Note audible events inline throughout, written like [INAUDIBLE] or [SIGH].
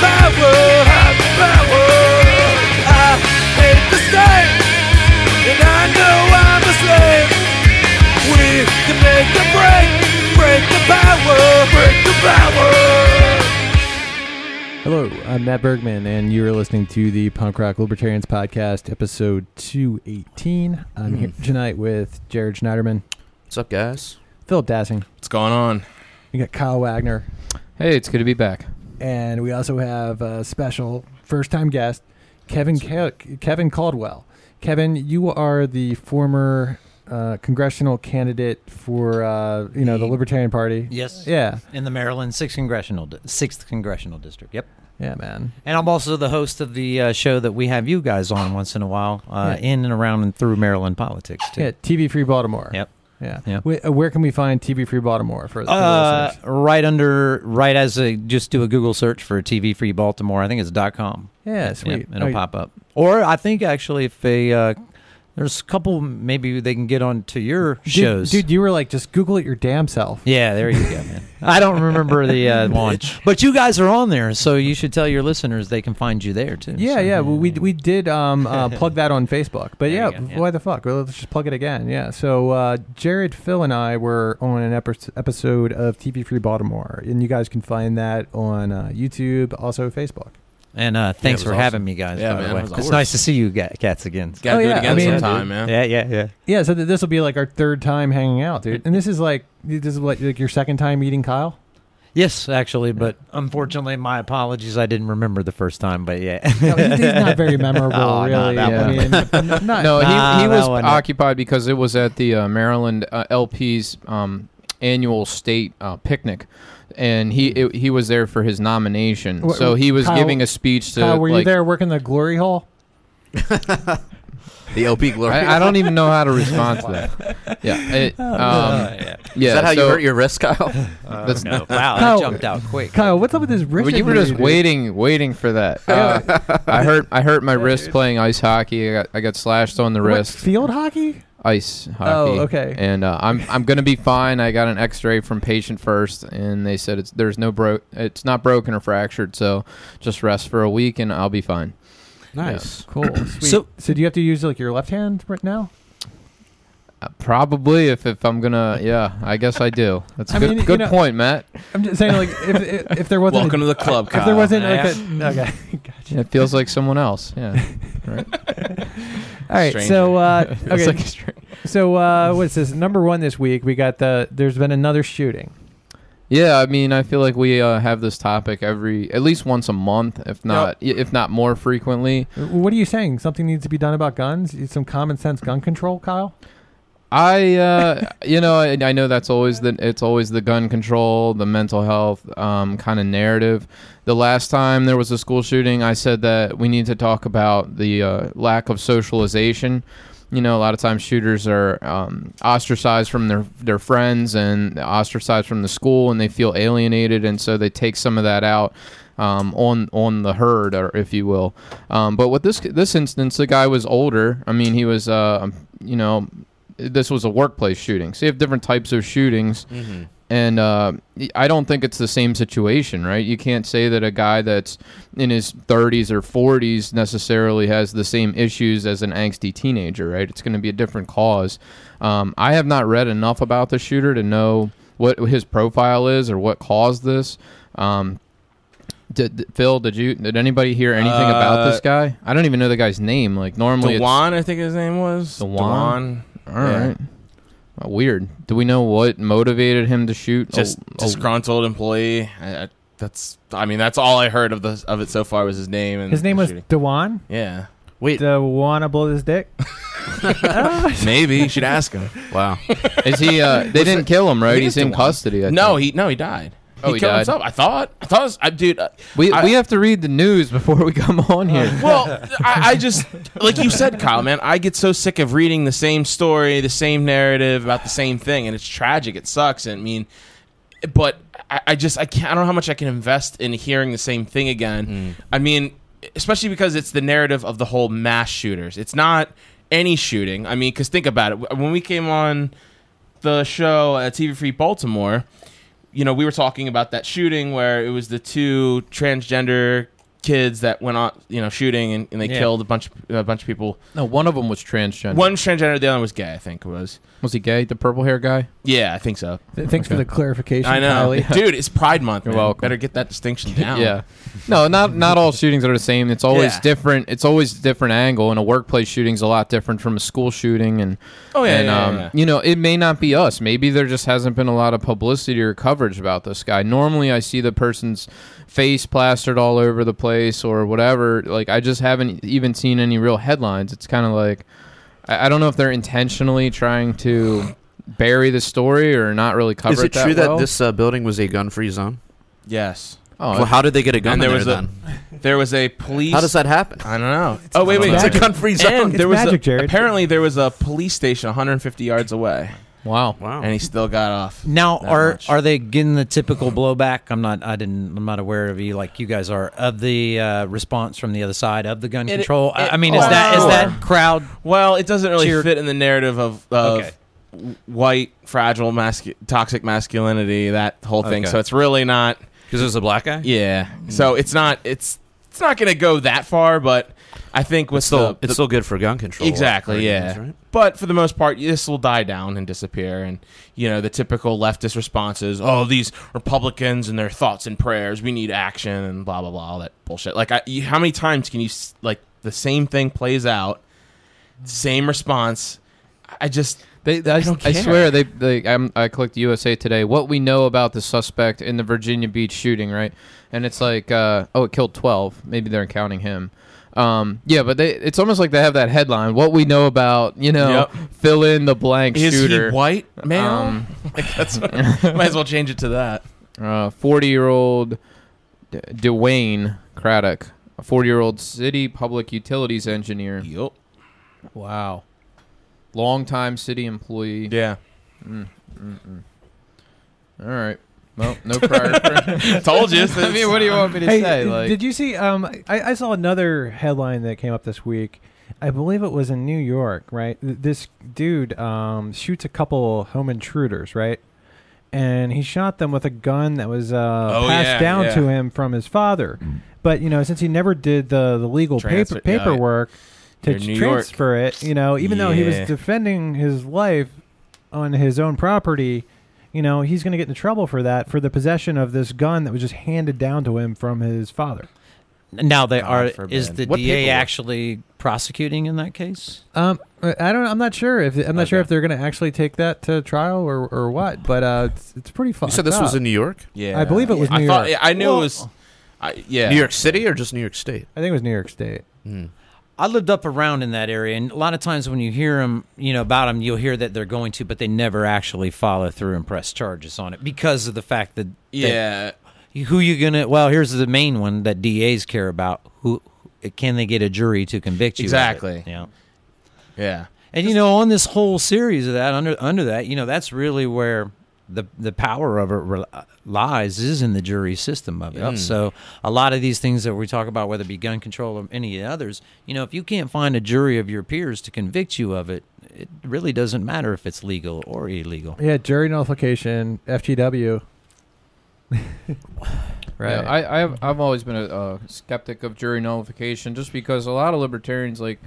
power, high power. I hate the state, and I know I'm a slave. We can make the break, break the power, break the power. Hello, I'm Matt Bergman, and you're listening to the Punk Rock Libertarians Podcast, episode 218. I'm Mm-hmm. here tonight with Jared Schneiderman, What's up, guys? Philip Dassing, What's going on? we got Kyle Wagner, Hey, it's good to be back. and we also have a special first time guest, Kevin, Cal- Kevin Caldwell. Kevin, you are the former uh, congressional candidate for uh, you know the Libertarian Party. Yes. Yeah, In the Maryland sixth congressional di- sixth congressional district. Yep. yeah, man. And I'm also the host of the uh, show that we have you guys on once in a while, uh, Yeah. in and around and through Maryland politics too. Yeah, TV Free Baltimore. Yep. Yeah. Yeah. Wh- uh, where can we find TV Free Baltimore for, for the Uh, listeners? right under, right as a just do a Google search for TV Free Baltimore. I think it's dot com. Yeah, sweet. Yep, it'll Oh, pop up. Or I think actually, if a uh, there's a couple, maybe they can get on to your Dude- shows. Dude, you were like, just Google it your damn self. Yeah, there you go, man. [LAUGHS] I don't remember the uh, [LAUGHS] launch, but you guys are on there, so you should tell your listeners they can find you there too. Yeah, So- yeah. Well, we we did um, [LAUGHS] uh, plug that on Facebook, but There yeah, you go, yeah. why the fuck? Well, let's just plug it again. Yeah. So uh, Jared, Phil, and I were on an epi- episode of TV Free Baltimore, and you guys can find that on uh, YouTube, also Facebook. And uh, thanks was for awesome. having me, guys. Yeah, by man, the way, it was it's awesome. nice to see you ga- cats again. Gotta Oh, do yeah, it again I mean- sometime, man. Yeah, yeah, yeah. Yeah. So th- this will be like our third time hanging out, dude. And this is like this is like, like your second time meeting Kyle. Yes, actually, but unfortunately, my apologies. I didn't remember the first time, but yeah. [LAUGHS] No, he's, he's not very memorable, Oh, No, not really. that I one. mean, n- [LAUGHS] not- No, Nah, he, he that was one. occupied because it was at the uh, Maryland uh, LP's um, annual state uh, picnic, and he it, he was there for his nomination. Wha- so he was Kyle- giving a speech to. Kyle, were you like- there working the glory hole? The LP glory. I, I don't even know how to respond to [LAUGHS] that. Yeah, Oh, it, Uh, um, yeah. yeah. Is that how so you hurt your Oh, wrist, Kyle? that's Oh, No, wow, Kyle- that jumped out quick. Kyle, what's up with this wrist? Well, you were injury, just dude? waiting, waiting for that. Uh, I hurt, I hurt my wrist playing ice hockey. I got, I got slashed on the What, wrist, field hockey? ice hockey. Oh, okay. And uh, I'm, I'm gonna be fine. I got an X-ray from patient first, and they said it's there's no bro, it's not broken or fractured, so just rest for a week, and I'll be fine. [CLEARS THROAT] Nice, cool. Sweet. So, So- so do you have to use like your left hand right now? Uh, probably if, if I'm gonna, yeah, I guess I do. That's a I good, mean, you good know- point, Matt. I'm just saying, like, if if, if there wasn't Welcome to the club, a, Kyle. if there wasn't like Yeah. a [LAUGHS] okay, gotcha. It feels like someone else. [LAUGHS] Yeah. Right. All right, Stranger. [LAUGHS] so uh, It's okay, like a str- so uh, what's this number one this week? We got the there's been another shooting. Yeah, I mean, I feel like we uh, have this topic every at least once a month, if not if not more frequently. What are you saying? Something needs to be done about guns? Some common sense gun control, Kyle. I, uh, you know, I, I know that's always the it's always the gun control, the mental health um, kind of narrative. The last time there was a school shooting, I said that we need to talk about the uh, lack of socialization. You know, a lot of times shooters are um, ostracized from their their friends and ostracized from the school, and they feel alienated, and so they take some of that out um, on on the herd, or if you will. Um, but with this this instance, the guy was older. I mean, he was, uh, you know, this was a workplace shooting. So you have different types of shootings, Mm-hmm. and uh, I don't think it's the same situation, right? You can't say that a guy that's in his 30s or 40s necessarily has the same issues as an angsty teenager, right? It's going to be a different cause. Um, I have not read enough about the shooter to know what his profile is or what caused this. Um, did, did- Phil, did you did anybody hear anything about Uh, this guy? I don't even know the guy's name. Like normally, it's- Dewan, I think his name was. Dewan? All Yeah. right. Well, weird. Do we know what motivated him to shoot? Oh, a- Just a- disgruntled employee. I, I, that's. I mean, that's all I heard of the of it so far was his name and His name the was Mm, shooting. Dewan. Yeah. [LAUGHS] Wait. Dewan, I blow this dick. Maybe [LAUGHS] you should ask him. Wow. is he? Uh, they didn't kill him, right? He's in custody. [LAUGHS] I No, think. he no he died. Oh, he killed died. himself. I thought. I thought. It was, I, dude. uh, we I- Uh, we have to read the news [LAUGHS] before we come on here. Well, I, I just like you said, Kyle, man. I get so sick of reading the same story, the same narrative about the same thing, and it's tragic. It sucks. And I mean, but I, I just I can't. I don't know how much I can invest in hearing the same thing again. I mean, especially because it's the narrative of the whole mass shooters. It's not any shooting. I mean, because think about it. When we came on the show at TV Free Baltimore, you know, we were talking about that shooting where it was the two transgender kids that went on, you know, shooting and, and they Yeah. killed a bunch of a bunch of people. No, one of them was transgender. One transgender, the other one was gay. I think it was. was he gay? The purple hair guy. Yeah, I think so. Th- Thanks for the clarification, I know, [LAUGHS] Kylie. dude. It's Pride Month. You're man. welcome. Better get that distinction down. Yeah. No, not not all shootings are the same. It's always Yeah. different. It's always different angle, and a workplace shooting's a lot different from a school shooting. And Oh yeah. and yeah, yeah, um, yeah. you know, it may not be us. Maybe there just hasn't been a lot of publicity or coverage about this guy. Normally, I see the person's face plastered all over the place or whatever. Like I just haven't even seen any real headlines. It's kind of like I, I don't know if they're intentionally trying to bury the story or not really cover Is it that true that well. this uh, building was a gun-free zone? Yes. Oh, well, how did they get a gun And in there there was a- then? There was a police. How does that happen? [LAUGHS] I don't know. oh wait, wait. It's a magic. gun-free And [LAUGHS] zone. there was a- magic, Jared. apparently there was a police station 150 yards away, wow. wow. and he still got off. Now, that are much. are they getting the typical blowback? I'm not. I didn't. I'm not aware of you like you guys are of the uh, response from the other side of the gun It- control. I it- I mean, is that is or- that crowd? Well, it doesn't really Cheer- fit in the narrative of, of Okay. w- white fragile mascu- toxic masculinity that whole thing. Okay. So it's really not. Because there's a black guy. Yeah. So it's not. It's it's not going to go that far, but I think with It's still, the, it's the- still good for gun control. Exactly, Yes, yeah. right? But for the most part, this will die down and disappear. And, you know, the typical leftist responses oh, these Republicans and their thoughts and prayers, we need action and blah, blah, blah, all that bullshit. Like, I, you, how many times can you, s- like, the same thing plays out, same response? I just, They, I, don't I care. swear they. they I'm, I clicked USA Today. What we know about the suspect in the Virginia Beach shooting, right? And it's like, uh, oh, it killed twelve. Maybe they're counting him. Um, yeah, but they. It's almost like they have that headline. What we know about, you know, fill in the blank is shooter. he white, male? Um, [LAUGHS] like, [LAUGHS] that's, might as well change it to that. uh, 40 year old D- Dwayne Craddock, a 40 year old city public utilities engineer. Yup. Wow. Longtime city employee. [LAUGHS] Yeah. All right. Well, [LAUGHS] no prior. Told you. [LAUGHS] I mean, what do you want me to Hey, say? d- Like, did you see? Um, I, I saw another headline that came up this week. I believe it was in New York, right? Th- This dude um, shoots a couple home intruders, right? And he shot them with a gun that was uh, Oh, passed yeah, down yeah. to him from his father. But you know, since he never did the the legal Transfer- paper, yeah, yeah. paperwork You're to New York. transfer it, you know, even though he was Yeah. defending his life on his own property, you know, he's going to get in trouble for that for the possession of this gun that was just handed down to him from his father. Now they God are. Is forbid. the What DA people- actually prosecuting in that case? Um, I I don't. I'm not sure if I'm not sure Okay. if they're going to actually take that to trial or, or what. But uh, it's, it's pretty fun. You said this was in New York, Yeah. I believe it was I New thought, York. I knew Well- it was. I, yeah. New York City, or just New York State? I think it was New York State. Mm. I lived up around in that area, and a lot of times when you hear them, you know about them, you'll hear that they're going to, but they never actually follow through and press charges on it because of the fact that that Yeah. who you gonna? Well, here's the main one that DAs care about: who can they get a jury to convict you? of it? Exactly. Yeah. Yeah. And you know, on this whole series of that, under under that, you know, that's really where the the power of it re- lies is in the jury system of it. Yep. So a lot of these things that we talk about, whether it be gun control or any others, you know, if you can't find a jury of your peers to convict you of it, it really doesn't matter if it's legal or illegal. Yeah, jury nullification, FGW. [LAUGHS] right. Yeah, I, I've I've always been a, a skeptic of jury nullification, just because a lot of libertarians like.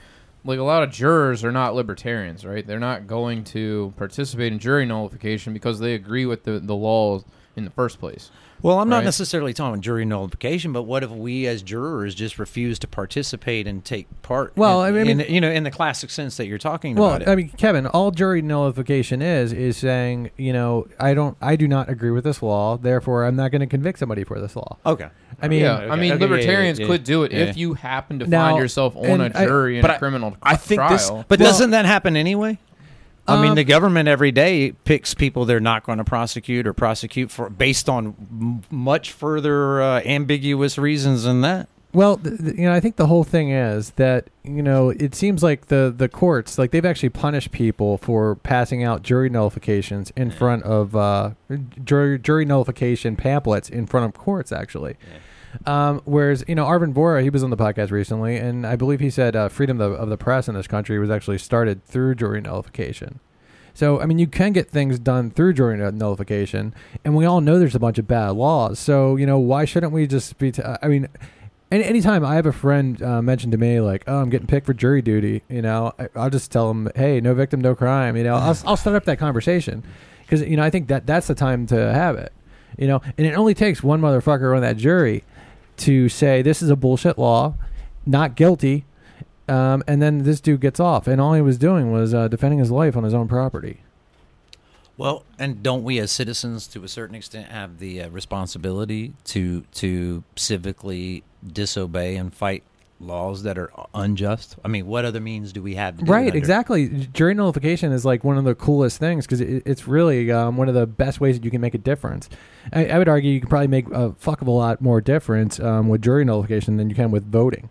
Like a lot of jurors are not libertarians, right? They're not going to participate in jury nullification because they agree with the, the laws in the first place. Well, I'm not Right. necessarily talking about jury nullification, but what if we as jurors just refuse to participate and take part? Well, in, I mean- in- you know, in the classic sense that you're talking about. well, it. I mean, Kevin, all jury nullification is is saying, you know, I don't, I do not agree with this law. Therefore, I'm not going to convict somebody for this law. okay. I mean, yeah, I mean, Okay, yeah, yeah, libertarians yeah, could do it yeah. if you happen to Now, find yourself on and a I- jury in but a I- criminal I think trial. this- But Well- doesn't that happen anyway? I mean, Um, the government every day picks people they're not going to prosecute or prosecute for based on m- much further uh, ambiguous reasons than that. Well, th- th- you know, I think the whole thing is that you know it seems like the the courts like they've actually punished people for passing out jury nullifications in front of uh, jury jury nullification pamphlets in front of courts actually. Um, whereas you know Arvin Bora, he was on the podcast recently, and I believe he said uh, freedom of, of the press in this country was actually started through jury nullification. So I mean, you can get things done through jury nu- nullification, and we all know there's a bunch of bad laws. So you know, why shouldn't we just be? T- uh, I mean, And anytime I have a friend uh, mention to me like, "Oh, I'm getting picked for jury duty," you know, I, I'll just tell them, "Hey, no victim, no crime." You know, I'll, I'll start up that conversation because you know I think that that's the time to have it. You know, and it only takes one motherfucker on that jury to say this is a bullshit law, not guilty, um, and then this dude gets off, and all he was doing was uh, defending his life on his own property. Well, and don't we as citizens, to a certain extent, have the uh, responsibility to to civically disobey and fight laws that are unjust? I mean, what other means do we have? To do it Right, under? exactly. Jury nullification is like one of the coolest things because it, it's really um, one of the best ways that you can make a difference. I, I would argue you can probably make a fuck of a lot more difference um, with jury nullification than you can with voting.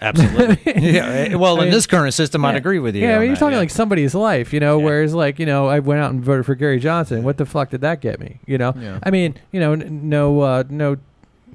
[LAUGHS] Absolutely. yeah. [LAUGHS] Well, I mean- in this current system, I'd Yeah. agree with you. Yeah, I on mean, you're that, talking yeah. like somebody's life, you know. Yeah. Whereas, like, you know, I went out and voted for Gary Johnson. What the fuck did that get me? You know. Yeah. I mean, you know, n- no, uh, no,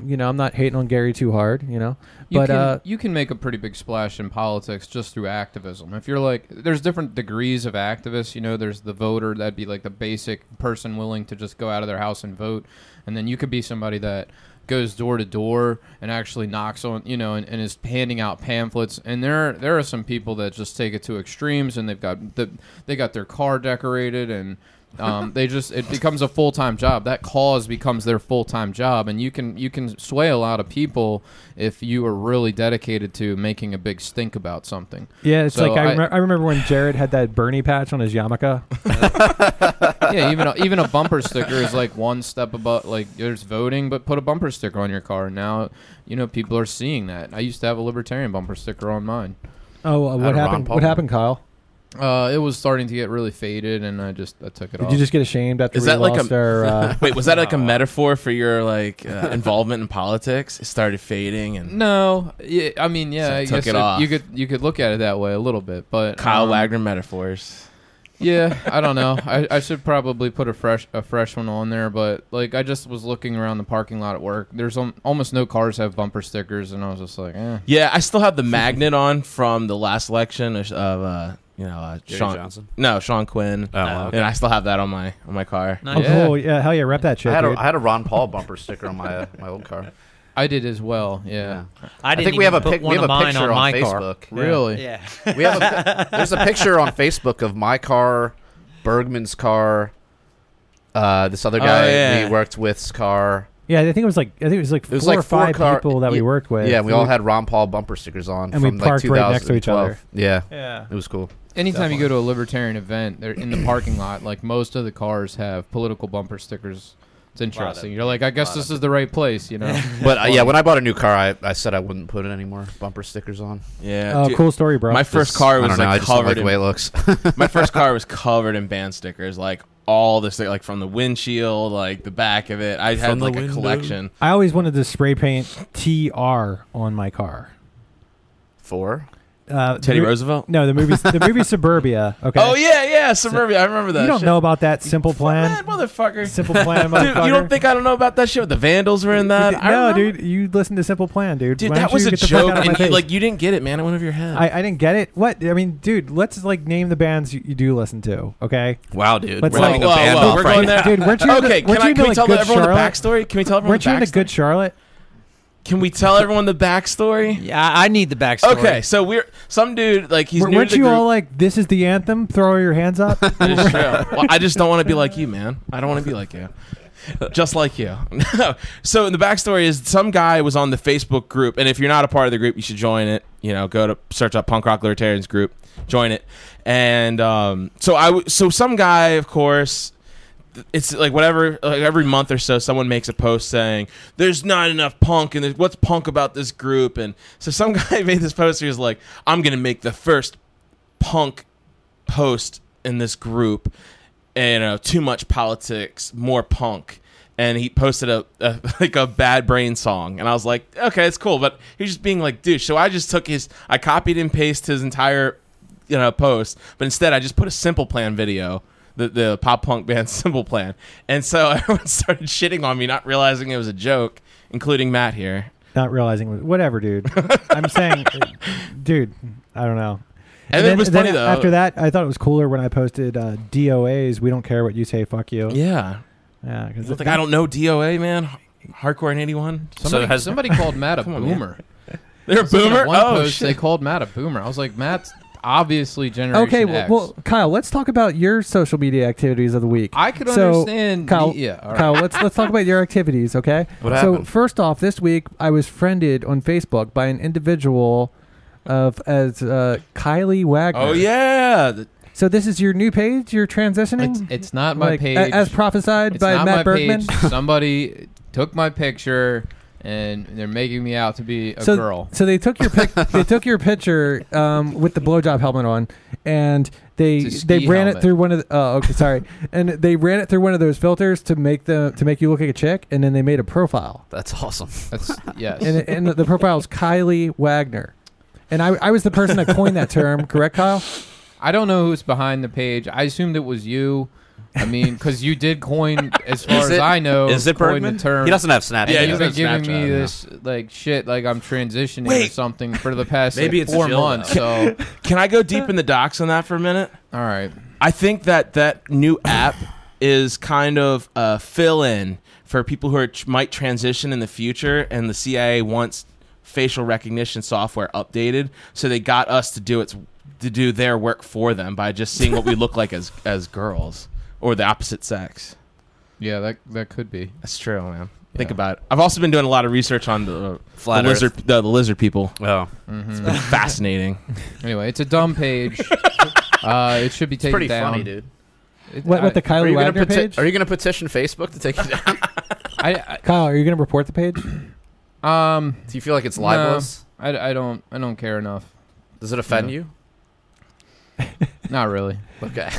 you know, I'm not hating on Gary too hard, you know. You but can, uh, you can make a pretty big splash in politics just through activism. If you're like, there's different degrees of activists. You know, there's the voter that'd be like the basic person willing to just go out of their house and vote, and then you could be somebody that goes door to door and actually knocks on, you know, and, and is handing out pamphlets. And there there are some people that just take it to extremes, and they've got the they got their car decorated and. um, they just it becomes a full time job. That cause becomes their full time job, and you can you can sway a lot of people if you are really dedicated to making a big stink about something. yeah, it's So like I, I- remem- I remember when Jared had that Bernie patch on his [LAUGHS] yarmulke. [LAUGHS] yeah, even a, even a bumper sticker is like one step above. Like there's voting, but put a bumper sticker on your car. Now you know people are seeing that. I used to have a libertarian bumper sticker on mine. Oh, uh, Out what of Ron happened? Paul. What happened, Kyle? Uh, it was starting to get really faded, and I just I took it Did off. you just get ashamed after Is we that like lost a- [LAUGHS] our? Uh, Wait, was that like a metaphor for your like [LAUGHS] uh, involvement in politics? It started fading, and no, yeah, I mean, yeah, So I I took guess it it- off. you could you could look at it that way a little bit, but Kyle um, Wagner metaphors. yeah, I don't know. I, I should probably put a fresh a fresh one on there, but like I just was looking around the parking lot at work. There's um, almost no cars have bumper stickers, and I was just like, eh. Yeah, I still have the [LAUGHS] magnet on from the last election of uh, you know uh, Jerry Sean Johnson? No, Sean Quinn. Oh, wow, okay. And I still have that on my on my car. Nice. oh, Uh-huh. Yeah. cool. Yeah, hell yeah, rep that shit. I had, a, dude. I had a Ron [LAUGHS] Paul bumper sticker on my uh, my old car. I did as well. Yeah, I, I didn't think we even have a put pic, we one have of a mine picture on, my car. Facebook. [LAUGHS] really. [LAUGHS] Yeah. We have a, there's a picture on Facebook of my car, Bergman's car, uh, this other Oh, guy yeah. we worked with's car. yeah, I think it was like I think it was like was four like or four five car- people that we yeah, worked with. yeah, we all had Ron Paul bumper stickers on, And we from like parked right next to each 2012. other. Yeah, Yeah. it was cool. Anytime you go to a libertarian event, they're in the parking lot. Like most of the cars have political bumper stickers. It's interesting. You're like, I guess this is the right place, you know. But uh, yeah, when I bought a new car, I, I said I wouldn't put any more bumper stickers on. Yeah. Oh, dude, cool story, bro. My first Just- car I was don't know, I like just don't like covered the way it in, [LAUGHS] looks. [LAUGHS] My first car was covered in band stickers, like all the stick like from the windshield, like the back of it. I had From the like a window. collection. I always wanted to spray paint TR on my car. Four. Uh, Teddy the mo- Roosevelt? No, the movie, the [LAUGHS] movie Suburbia. Okay. Oh yeah, yeah, suburbia. I remember that. You don't shit. know about that simple plan? Man, motherfucker. Simple [LAUGHS] plan, Dude, motherfucker. you don't think I don't know about that shit? The vandals were in that. I no, remember- dude, you listen to Simple Plan, dude. Dude, Why that don't was you a get the fuck joke, out of my and you, face? like you didn't get it, man. It went over your head. I, I didn't get it. What? I mean, dude, let's like name the bands you, you do listen to. Okay. Wow, dude, Let's we're like- having a Whoa, band whoa, we're right going there, Dude, weren't you? okay, into, can, weren't I, you can into, we like, tell Good everyone the Charlotte? backstory? Can we tell everyone Weren't the you backstory? into Good Charlotte? Can we tell everyone the backstory? Yeah, I I need the backstory. Okay, so we're some dude like he's Were- new to weren't the you group. all like, "This is the anthem"? Throw your [LAUGHS] hands up. It is true. Well, I just don't want to be like you, man. I don't want to be like you. Just like you. [LAUGHS] so the backstory is some guy was on the Facebook group, and if you're not a part of the group, you should join it. You know, go to search up Punk Rock Libertarians group, join it, and um, so I w- so some guy, of course, it's like whatever like every month or so someone makes a post saying there's not enough punk and there's- what's punk about this group and so some [LAUGHS] guy made this post he was like i'm gonna make the first punk post in this group and uh, too much politics more punk and he posted a, a [LAUGHS] like a bad brain song and i was like okay it's cool but he's just being like douche so i just took his i copied and pasted his entire you know post but instead i just put a simple plan video the, the pop punk [LAUGHS] band simple plan and so [LAUGHS] everyone started shitting on me not realizing it was a joke including matt here Not realizing, whatever, dude. [LAUGHS] I'm saying, uh, dude. I don't know. and, it was funny though After that, I thought it was cooler when I posted uh, DOA's. We don't care what you say. Fuck you. yeah Yeah, because It's like, i don't know doa man Hardcore in '81. Somebody, has- somebody called Matt a Come on, man. boomer. They're a boomer. In one Oh post, they shit. called Matt a boomer. I was like, Matt's obviously generation Okay, well, X. well, Kyle, let's talk about your social media activities of the week. I could So, understand. Kyle, yeah, all right. Kyle, let's let's talk about your activities, [LAUGHS] okay? What so happened? first off, this week I was friended on Facebook by an individual of as uh, Kylie Wagner. Oh yeah. The- So this is your new page. You're transitioning. It's, it's not my Like, a- page. as prophesied it's by not Matt my Bergman. [LAUGHS] page. Somebody took my picture and they're making me out to be a so, girl. so they took your [LAUGHS] pic- they took your picture um, with the blowjob helmet on, and they It's a ski they ran it helmet. through one of the, oh okay sorry, and they ran it through one of those filters to make the to make you look like a chick, and then they made a profile. That's awesome. [LAUGHS] That's yes. and, and the profile is Kylie Wagner. And I, I was the person that coined that term, correct, Kyle? I don't know who's behind the page. I assumed it was you. I mean, because you did coin, as far Is as it- I know, is it coin Bergman? the term. He doesn't have Snapchat. Yeah, And he you've doesn't been giving Snapchat, me no. this like shit, like I'm transitioning or Wait. something for the past Maybe like, it's four Jill, months. So, Can I go deep in the docs on that for a minute? all right, I think that that new app is kind of a fill-in for people who are, might transition in the future, and the CIA wants facial recognition software updated, so they got us to do its to do their work for them by just seeing what we look like as as girls or the opposite sex. yeah, that that could be. That's true, man. Think Yeah. about it. I've also been doing a lot of research on the, the Flat Earth. lizard the, the lizard [LAUGHS] people. Oh, Mhm. It's been fascinating. Anyway, it's a [LAUGHS] dumb page. uh, it should be taken Pretty down. funny, dude. It- What, I- what the Are Kylie you, gonna Wagner peti- page? are you gonna petition Facebook to take it down? I, Kyle, are you going to report the page? I um Do you feel like it's No. libelous? I, I don't I don't care enough. Does it offend No. you? Not really. Okay.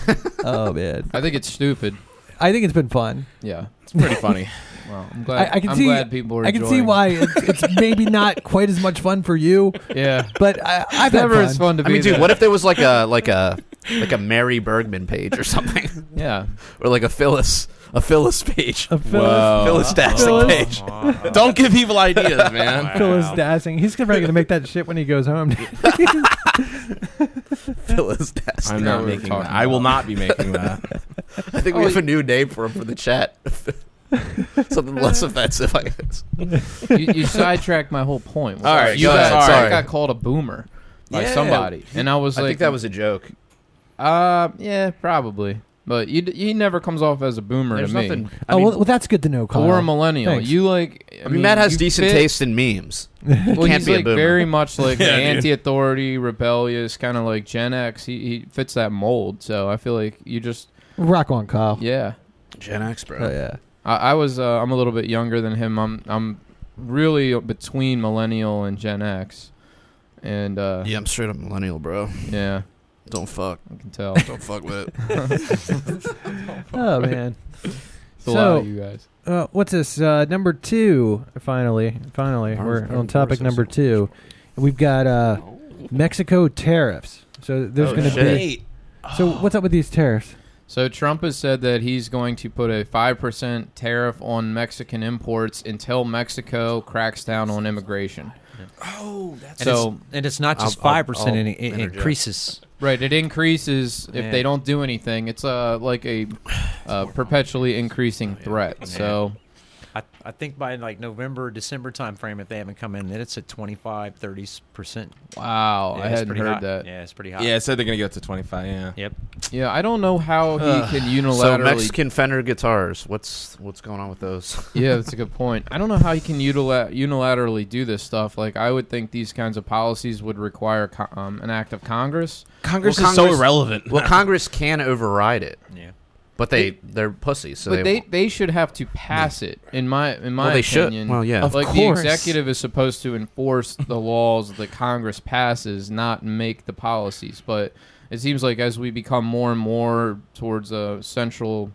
oh, man. I think it's stupid. I think it's been fun. Yeah. It's pretty funny. Well, I'm glad. I- I can am see- glad people are. I can see enjoying- why it's, it's maybe not quite as much fun for you, Yeah. but I, I've It's had never fun. as fun to I be. mean, dude, there. what if there was like a like a like a Mary Bergman page or something, Yeah. or like a Phyllis a Phyllis page, Uh, Phyllis, [LAUGHS] Phyllis Dastic Phyllis. page? [LAUGHS] Don't give evil ideas, [LAUGHS] man. Phyllis Dassing. He's probably going to make that shit when he goes home. [LAUGHS] Phyllis Dastic. I'm know not what we're making that. talking I will about. not be making [LAUGHS] that. I think we Oh, have a new name for him for [LAUGHS] the chat. [LAUGHS] Something less offensive, I guess. You, you sidetracked my whole point. All right, You go got, ahead, sorry. I got called a boomer by Yeah. somebody, and I was I like, think that was a joke. Uh, yeah, probably. But you, d- he never comes off as a boomer There's to me. nothing. I oh, mean, well, well, that's good to know, Kyle. or a millennial. Thanks. You like. I, I mean, Matt has you decent fit- taste in memes. Well, can't he's be a like boomer. very much like Yeah, dude. anti-authority, rebellious, kind of like Gen X. He, he fits that mold. So I feel like you just, Rock on, Kyle. yeah. Gen X, bro. Oh, yeah. I, I was. Uh, I'm a little bit younger than him. I'm. I'm really between millennial and Gen X, and uh, Yeah, I'm straight up millennial, bro. yeah, Don't fuck. I can tell. Don't fuck with it. Oh, man. It's a lot So- of you guys. Uh, what's this? Uh, number two. Finally, finally, Arms- we're on arms topic versus- number two. We've got uh, Mexico tariffs. So there's Oh, going to shit. be. So what's up with these tariffs? So Trump has said that he's going to put a five percent tariff on Mexican imports until Mexico cracks down on immigration. Oh, that's and So- it's, and it's not just I'll- I'll- five percent; I'll it, it interject. increases. Right, it increases if Yeah. they don't do anything. It's uh, like a uh, perpetually Oh, increasing threat. So I, I think by like November, December timeframe, if they haven't come in, then it's at 25, 30 percent. wow, I hadn't heard that. Yeah, it's pretty high. Yeah, it said they're gonna get to 25. Yeah. Yep. Yeah, I don't know how he can So unilaterally. Mexican Fender guitars. What's what's going on with those? yeah, that's a good point. I don't know how he can utila- unilaterally do this stuff. Like, I would think these kinds of policies would require co- um, an act of Congress. Congress Well, is Congress- so irrelevant. Well, Congress can override it, Yeah. but they they're pussies. So but they, won't. they should have to pass it. In my in my well, they opinion, should. Well, yeah. Of like course. the executive is supposed to enforce the laws that Congress passes, not make the policies. But it seems like as we become more and more towards a central,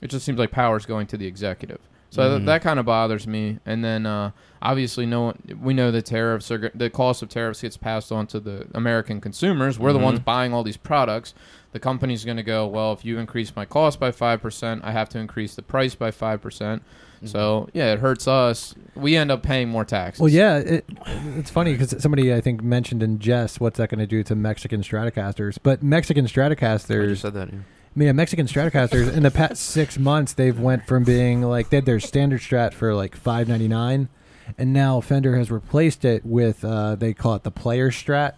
it just seems like power is going to the executive. So Mm-hmm. th- that kind of bothers me. And then uh, obviously, no one, we know the tariffs are go- the cost of tariffs gets passed on to the American consumers. We're Mm-hmm. the ones buying all these products. The company's going to go well. If you increase my cost by five percent, I have to increase the price by five percent. Mm-hmm. So yeah, it hurts us. We end up paying more taxes. Well, yeah, it, it's funny because somebody I think mentioned in jest what's that going to do to Mexican Stratocasters, but Mexican I just Stratocasters said that. Yeah. yeah, Mexican Stratocasters in the past six months they've went from being like they had their standard Strat for like five ninety nine, and now Fender has replaced it with uh, they call it the Player Strat.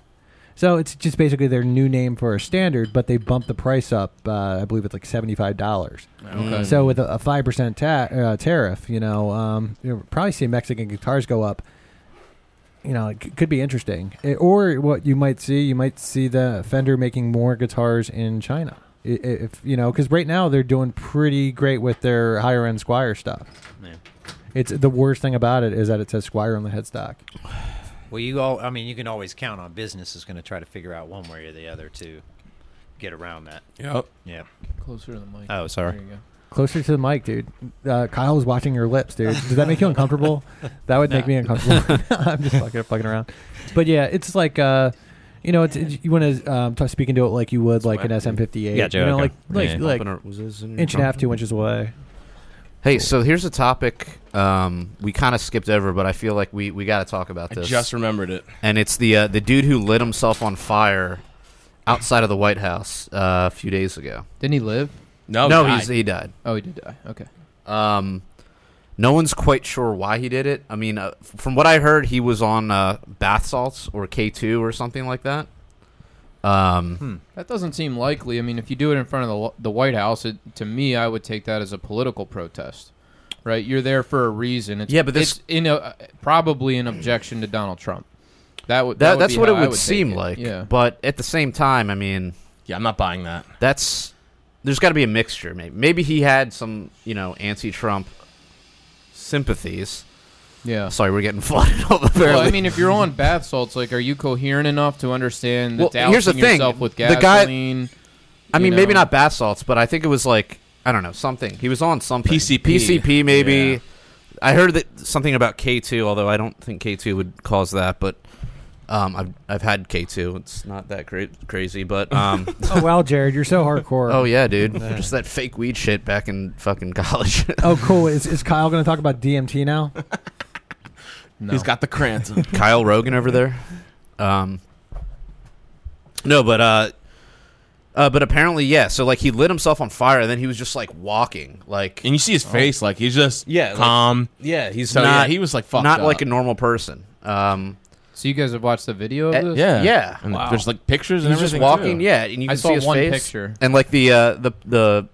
So it's just basically their new name for a standard, but they bumped the price up. Uh, I believe it's like seventy five dollars. Mm-hmm. Okay. So with a five percent ta- uh, tariff, you know, um, you'll probably see Mexican guitars go up. You know, it c- could be interesting. It- or what you might see, you might see the Fender making more guitars in China. I- i- If you know, because right now they're doing pretty great with their higher end Squire stuff. Yeah. It's the worst thing about it is that it says Squire on the headstock. Well, you all. I mean, you can always count on business is going to try to figure out one way or the other to get around that. Yep. Yeah. Closer to the mic. Oh, sorry. There you go. Closer to the mic, dude. Uh, Kyle was watching your lips, dude. Does that make you uncomfortable? That would make me uncomfortable. [LAUGHS] I'm just fucking, fucking around. But yeah, it's like, uh, you know, it's, it's- you want to um, t- speak into it like you would like an SM58. Yeah, Joe, you know, okay. like like Yeah. like was this in your inch and a half, pocket? two inches away. Hey, so here's a topic um, we kind of skipped over, but I feel like we, we got to talk about I this. just remembered it. and it's the uh, the dude who lit himself on fire outside of the White House uh, a few days ago. Didn't he live? No, no, God. he's he died. Oh, he did die. Okay. Um, no one's quite sure why he did it. I mean, uh, f- from what I heard, he was on uh, bath salts or K two or something like that. Um, That doesn't seem likely. I mean, if you do it in front of the, Wh- the White House, it, to me, I would take that as a political protest, right? You're there for a reason. It's, Yeah, but this- it's in a, probably an objection to Donald Trump. That would that, would that's be what how it I would, take seem it. like. Yeah, But at the same time, I mean, yeah, I'm not buying that. that's there's got to be a mixture. Maybe maybe he had some you know anti-Trump sympathies. yeah. Sorry, we're getting [LAUGHS] flooded all the Oh. Well, I mean, if you're on bath salts, like, are you coherent enough to understand that Well, here's the dousing yourself thing. with The guy- gasoline? I you mean, maybe know. not bath salts, but I think it was like I don't know something. He was on something. PCP. PCP, maybe. Yeah. I heard that something about K two, although I don't think K two would cause that. But um, I've I've had K two. It's not that great, crazy, [LAUGHS] but um, [LAUGHS] Oh wow, Jared, you're so hardcore. oh yeah, dude, just that fake weed shit back in fucking [LAUGHS] college. Oh cool. Is is Kyle going to talk about DMT now? No. He's got the crayons. Kyle Rogan over there. Um, no, but uh, uh, but apparently, yeah. So like, he lit himself on fire, and then he was just like walking, [LAUGHS] like and you see his face, like he's just Oh. Yeah, like- calm. yeah, he's so not yeah, he was like fucked not up. like a normal person. Um, So you guys have watched the video of Eh, this? yeah, Yeah. And Wow. There's like pictures and he's just everything, walking, too. yeah, and you can I see saw his one face. picture. And like the uh, the the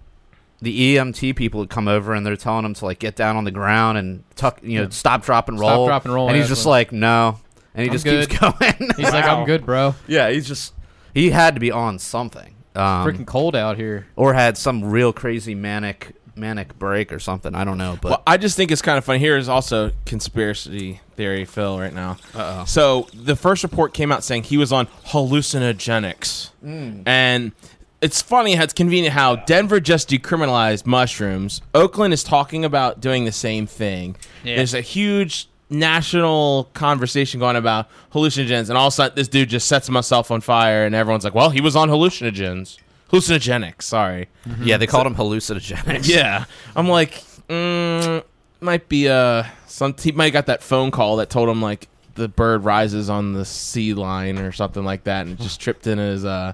the EMT people had come over and they're telling him to like get down on the ground and tuck, you know, stop, drop, and Stop, roll. drop, and roll, And he's just asshole. like, no, and he I'm just keeps good. [LAUGHS] going. He's like, I'm good, bro. yeah, he's just he had to be on something, um, Freaking cold out here. or had some real crazy manic manic break or something. I don't know, Well, but I just think it's kind of funny. Here is also conspiracy theory, Phil, right now. Uh-oh. So the first report came out saying he was on hallucinogenics, Mm. and it's funny how it's convenient how Denver just decriminalized mushrooms. Oakland is talking about doing the same thing. There's a huge national conversation going about hallucinogens, and all of a sudden this dude just sets himself on fire, and everyone's like, "Well, he was on hallucinogens, hallucinogenics." Sorry. yeah, they called him hallucinogenics. mm-hmm. Yeah, I'm like, mm, might be uh, some he might have got that phone call that told him like the bird rises on the sea line or something like that, and it just tripped in his [LAUGHS] uh,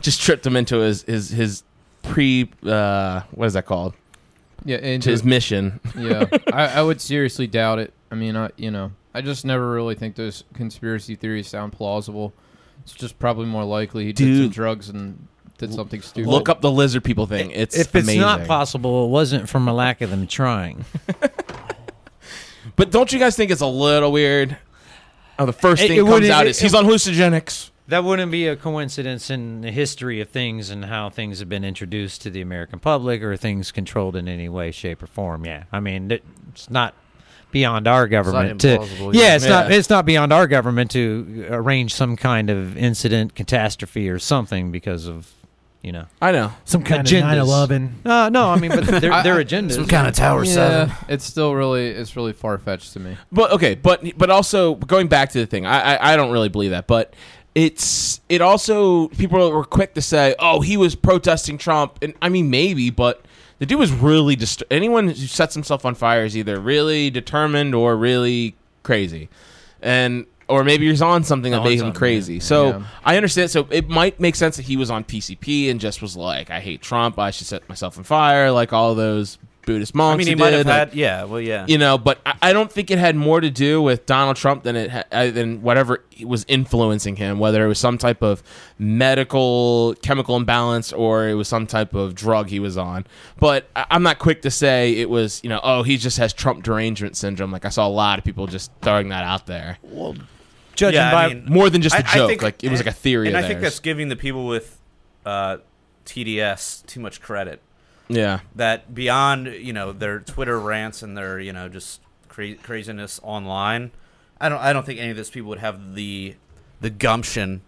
just tripped him into his his his pre uh, what is that called? Yeah, and To his mission. [LAUGHS] yeah, I, I would seriously doubt it. I mean, I you know, I just never really think those conspiracy theories sound plausible. It's just probably more likely he did some Dude. drugs and did something stupid. Look up the lizard people thing. It's if it's not amazing. possible, it wasn't from a lack of them trying. but don't you guys think it's a little weird? Oh, the first It- thing it comes would- out it- is he's on hallucinogenics. That wouldn't be a coincidence in the history of things and how things have been introduced to the American public or things controlled in any way, shape, or form. Yeah, I mean, it- it's not beyond our government to. implausible, yeah. Yeah, it's not. Yeah. It's not beyond our government to arrange some kind of incident, catastrophe, or something because of, you know. I know. Some kind Agendas. of 911. No, no. [LAUGHS] I mean, but their, their agendas. [LAUGHS] some kind of Tower Seven. yeah, it's still really it's really far fetched to me. But okay, but but also going back to the thing, I, I I don't really believe that, but it's it also people were quick to say, oh, he was protesting Trump, and I mean maybe, but the dude was really dist- anyone who sets himself on fire is either really determined or really crazy, and or maybe he's on something that On made him something, crazy. So Yeah. I understand. So it might make sense that he was on PCP and just was like, "I hate Trump. I should set myself on fire," like all those Buddhist monks. I mean, he did. might have like, had. Yeah, well, yeah. you know, but I, I don't think it had more to do with Donald Trump than it ha- uh, than whatever was influencing him, whether it was some type of medical chemical imbalance or it was some type of drug he was on. But I, I'm not quick to say it was, you know, oh, he just has Trump derangement syndrome. Like I saw a lot of people just throwing that out there, Judging Yeah, I by mean, more than just a a joke, like, it was like a theory And of I think theirs. that's giving the people with uh, TDS too much credit. yeah, That beyond you know their Twitter rants and their you know just cra- craziness online, I don't I don't think any of those people would have the The gumption.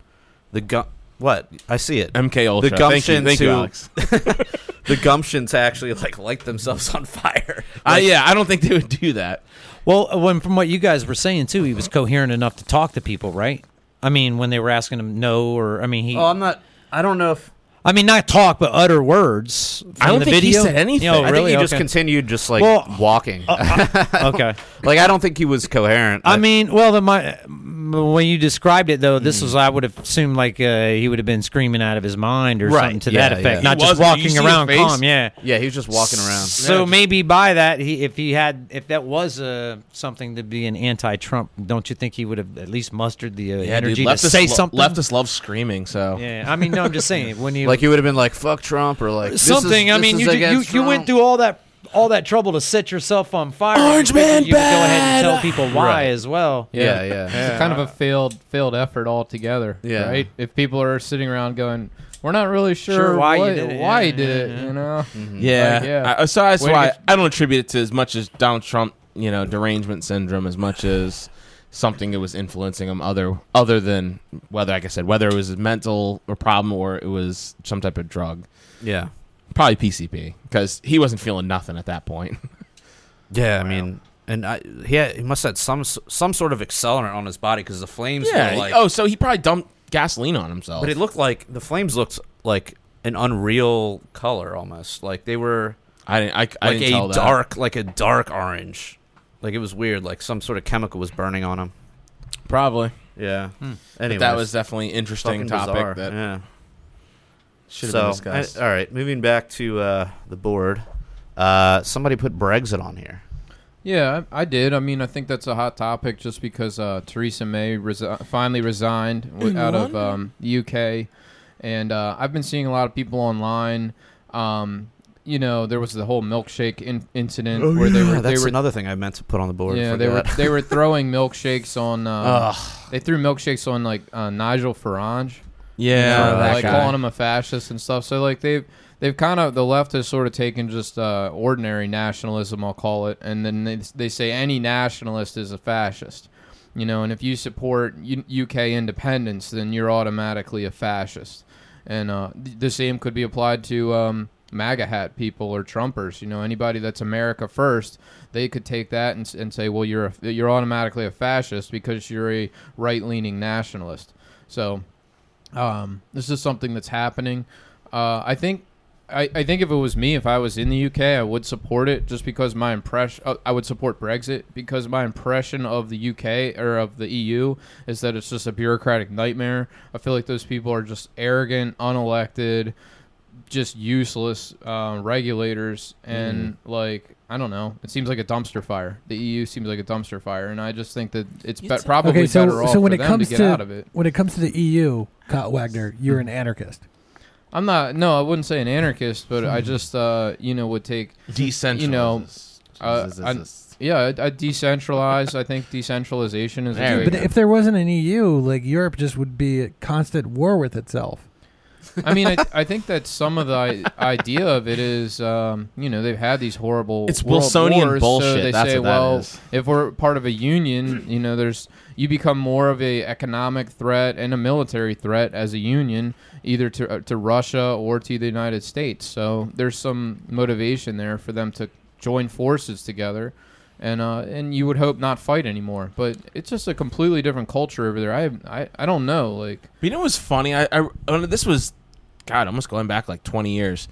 the gum. What I see it. MK Ultra. The thank you, gumption thank you, to- Alex. [LAUGHS] The gumption to actually like light themselves on fire. Uh, yeah, I don't think they would do that. Well, when from what you guys were saying too, he was coherent enough to talk to people, right? I mean, when they were asking him no, or I mean, he, Oh, I'm not. I don't know if I mean, not talk, but utter words. From I don't the think he video. said anything. Oh, I I really? think he just okay. continued just like Well, walking. [LAUGHS] okay. [LAUGHS] like I don't think he was coherent. I mean, well, the, my when you described it though, Hmm. this was I would have assumed like uh, he would have been screaming out of his mind or Right, something to yeah, that effect, yeah. not He wasn't. just You walking see his around face? calm. Yeah. yeah, he was just walking around. [LAUGHS] So maybe by that, he if he had if that was uh, something to be an anti-Trump, don't you think he would have at least mustered the uh, energy leftists to say lo- something? Leftists love screaming, so Yeah, I mean, no, I'm just saying [LAUGHS] when you Like he would have been like "fuck Trump" or like this is- something. I this mean, is you, ju- you against you went Trump. through all that all that trouble to set yourself on fire. and Orange you figured man you would go ahead and tell bad. people why Right. as well. Yeah, yeah. It's kind of a failed failed effort altogether. Yeah. Right? If people are sitting around going, We're not really sure, Sure why you what- did it." why Yeah, you did it, yeah, yeah. you know? Mm-hmm. Yeah. Like, yeah. I, so that's Way to why get- I don't attribute it to as much as Donald Trump, you know, derangement syndrome, as much as something that was influencing him other other than whether, like I said, whether it was a mental or problem or it was some type of drug, yeah, probably PCP, because he wasn't feeling nothing at that point. [LAUGHS] yeah. I mean, and I he had, he must have had some s- some sort of accelerant on his body because the flames were like oh, so he probably dumped gasoline on himself. But it looked like the flames looked like an unreal color almost. Like they were I didn't. I, I like didn't tell a that. dark, like a dark orange. Like it was weird. Like some sort of chemical was burning on them. Probably. Yeah. But Anyways, that was definitely an interesting fucking topic bizarre. that yeah. should have so, been discussed. I- uh, all right, moving back to uh, the board. Uh, somebody put Brexit on here. Yeah, I, I did. I mean, I think that's a hot topic just because uh, Theresa May resi- finally resigned w- out of um, the UK, and uh, I've been seeing a lot of people online. Um, you know, there was the whole milkshake in- incident where they were Oh, that's they were another thing I meant to put on the board. yeah they were they were throwing milkshakes [LAUGHS] on uh, Ugh. they threw milkshakes on like uh, Nigel Farage yeah, for, that like guy. calling him a fascist and stuff. So like they've they've kind of the left has sort of taken just uh, ordinary nationalism, I'll call it, and then they they say any nationalist is a fascist. You know, and if you support U- UK independence, then you're automatically a fascist. And uh, th- the same could be applied to um, MAGA hat people or Trumpers. You know, anybody that's America first, they could take that and, s- and say, well, you're a, you're automatically a fascist because you're a right leaning nationalist. So um, this is something that's happening. Uh, I think. I, I think if it was me, if I was in the UK, I would support it just because my impression. Uh, I would support Brexit because my impression of the UK or of the EU is that it's just a bureaucratic nightmare. I feel like those people are just arrogant, unelected, just useless uh, regulators, and like I don't know. It seems like a dumpster fire. The EU seems like a dumpster fire, and I just think that it's be- probably okay, so better off so when for it them comes to get out of it. when it comes to the EU, Scott Wagner, you're an anarchist. I'm not. No, I wouldn't say an anarchist, but I just, uh, you know, would take. Decentralized. You know, uh, Jesus, I- Jesus. Yeah, I, I decentralize. I think decentralization is. a There good- we But go. if there wasn't an EU, like Europe just would be at constant war with itself. I mean, I, I think that some of the i- idea of it is, um, you know, they've had these horrible. It's world Wilsonian wars, So bullshit, they that's say, what that well, is. if we're part of a union, you know, there's you become more of a economic threat and a military threat as a union, either to uh, to Russia or to the United States. So there's some motivation there for them to join forces together. And, uh, and you would hope not fight anymore, but it's just a completely different culture over there. I, I I don't know, like But you know what's funny? I, I I mean, this was God, almost going back like twenty years.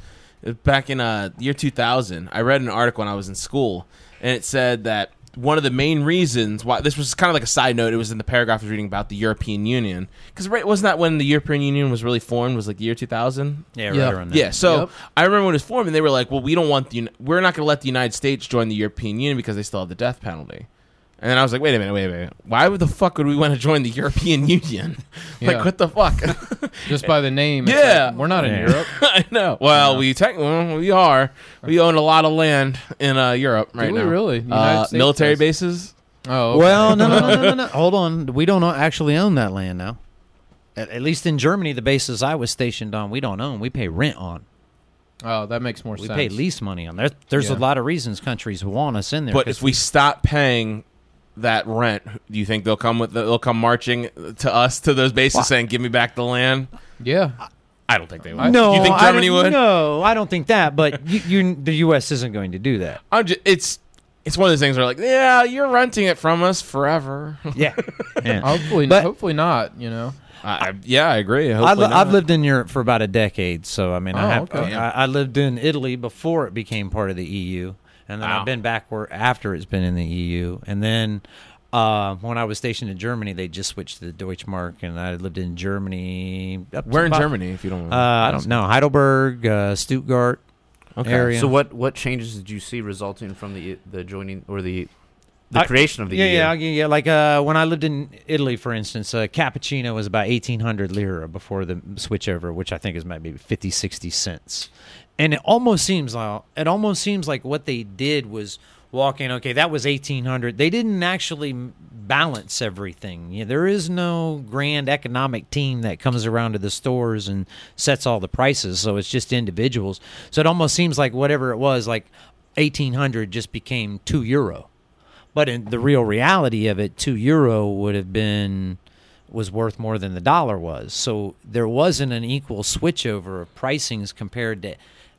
uh, Back in uh year two thousand, I read an article when I was in school, and it said that one of the main reasons why this was kind of like a side note. It was in the paragraph I was reading about the European Union because right wasn't that when the European Union was really formed was like the year two thousand. Yeah, right Yeah. around that. Yeah, so Yep. I remember when it was formed, and they were like, "Well, we don't want the, Uni- we're not going to let the United States join the European Union because they still have the death penalty." And then I was like, "Wait a minute, wait a minute, why would the fuck would we want to join the [LAUGHS] European Union? [LAUGHS] like, Yeah. what the fuck?" [LAUGHS] just by the name. it's Yeah. like, we're not in Yeah. Europe. [LAUGHS] I know. Well, we technically we are. We own a lot of land in uh, Europe right we now. really? The United Uh, States military does. bases. Oh, okay. Well, no, no, no, no, no, no. Hold on. We don't o- actually own that land now. At, at least in Germany, the bases I was stationed on, we don't own. We pay rent on. oh, that makes more We sense. pay lease money on. There, there's Yeah. a lot of reasons countries want us in there. But 'cause if we stop paying that rent, do you think they'll come with they'll come marching to us to those bases saying, "Give me back the land"? Yeah, I don't think they I- would. no, you think I Germany don't- would? No, I don't think that. But you, you, the U.S. isn't going to do that. I'm just, it's it's one of those things where like, yeah, you're renting it from us forever. [LAUGHS] Yeah. yeah. hopefully, But- hopefully not. You know, I, I- yeah, I agree. I've, Hopefully li- I've not. lived in Europe for about a decade, so I mean, Oh, I, have, okay. I, I lived in Italy before it became part of the EU, and then Wow. I've been back where after it's been in the EU, and then uh, when I was stationed in Germany, they just switched to the Deutschmark, and I lived in Germany. up to We're in about- Germany, if you don't. Uh, I don't know Heidelberg, uh, Stuttgart area. So what what changes did you see resulting from the the joining or the the I- creation of the E yeah, EU? yeah, I'll give you- Like uh, when I lived in Italy, for instance, uh, cappuccino was about eighteen hundred lira before the switchover, which I think is maybe 50, 60 cents. And it almost seems like it almost seems like what they did was walk in. Okay, that was eighteen hundred. They didn't actually balance everything. You know, there is no grand economic team that comes around to the stores and sets all the prices. So it's just individuals. So it almost seems like whatever it was, like eighteen hundred, just became two euro. But in the real reality of it, two euro would have been was worth more than the dollar was. So there wasn't an equal switchover of pricings compared to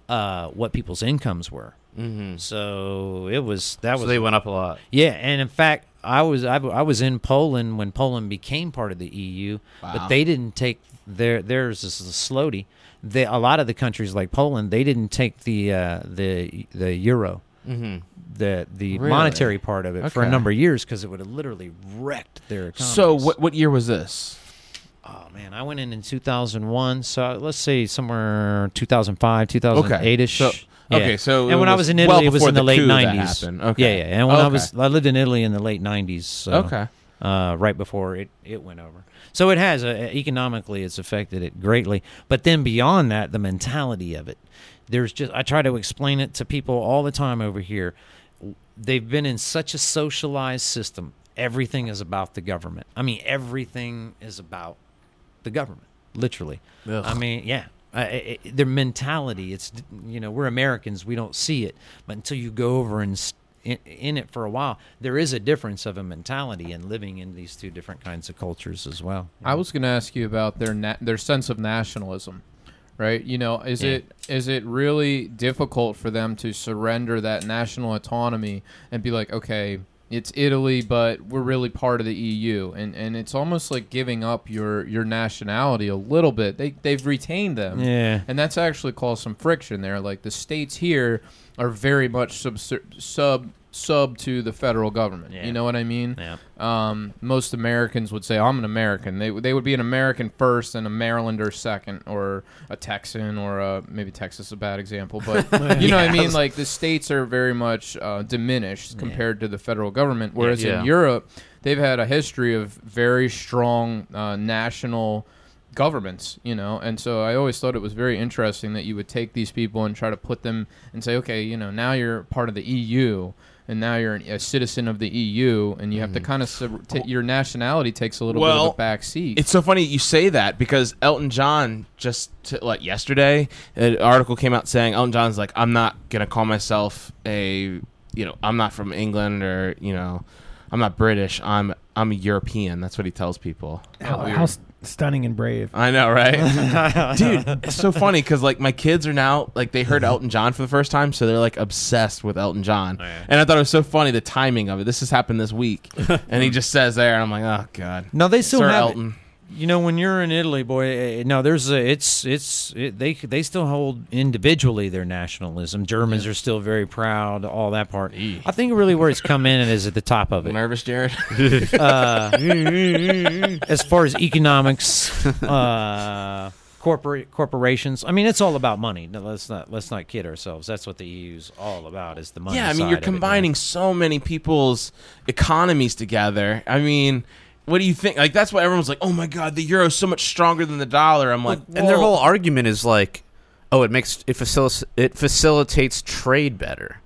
uh, what people's incomes were. Mm-hmm. So it was that so was they went up a lot. yeah, and in fact, I was I, I was in Poland when Poland became part of the EU, but they didn't take their theirs is a slowdy. They, a lot of the countries like Poland, they didn't take the uh, the the euro, the the Really? monetary part of it for a Okay. number of years because it would have literally wrecked their. Economies. So what what year was this? Oh man, I went in in two thousand one. So let's say somewhere two thousand five, two thousand eight ish. So- okay, so it and when I was was in well Italy, it was before in the, the late coup that nineties. happened. Okay. Yeah, yeah. And when I Okay. was, I lived in Italy in the late nineties. So, okay. uh, right before it, it went over. So it has uh, economically, it's affected it greatly. But then beyond that, the mentality of it. There's just I try to explain it to people all the time over here. They've been in such a socialized system. Everything is about the government. I mean, everything is about the government, literally. I mean, yeah. Uh, it, it- their mentality it's you know we're americans we don't see it but until you go over and s- in, in it for a while there is a difference of a mentality in living in these two different kinds of cultures as well I was going to ask you about their na- their sense of nationalism, right? You know, is Yeah. it is it really difficult for them to surrender that national autonomy and be like, okay, it's Italy, but we're really part of the EU, and and it's almost like giving up your your nationality a little bit. They they've retained them, Yeah. and that's actually caused some friction there. Like the states here are very much sub sub sub to the federal government. Yeah. You know what I mean? yeah um, most Americans would say, "I'm an American." They they would be an American first and a Marylander second, or a Texan, or a, maybe Texas is a bad example, but you know what I mean. Like the states are very much uh, diminished compared to the federal government, whereas Yeah. in Europe they've had a history of very strong uh, national governments you know and so i always thought it was very interesting that you would take these people and try to put them and say okay you know now you're part of the eu and now you're an- a citizen of the eu and you have to kind of sub- ta your nationality takes a little bit Well, of a back seat It's so funny you say that because Elton John just t- like yesterday, an article came out saying Elton John's like, I'm not gonna call myself a, you know, I'm not from England or you know, I'm not British. I'm I'm a European. That's what he tells people. How, how st- stunning and brave. I know, [LAUGHS] right? Dude, it's so funny because like my kids are now like they heard Elton John for the first time, so they're like obsessed with Elton John. Oh, And I thought it was so funny the [LAUGHS] timing of it. This has happened this week, and he just says there, and I'm like, oh god, no they still Sir have it. Elton. you know when you're in Italy, boy, eh, no, there's a, it's it's it, they they still hold individually their nationalism. Germans are still very proud, all that part. I think really where it's come in is at the top of it. Nervous, Jared. as far as economics, uh, corporate corporations. I mean, it's all about money. No, let's not let's not kid ourselves. That's what the EU's all about is the money. yeah, I mean, side you're of it, you know? combining so many people's economies together. I mean, what do you think? Like, that's why everyone's like, "Oh my god, the euro's so much stronger than the dollar." I'm like, and their "Whoa." whole argument is like, oh, it makes it facil- it facilitates trade better.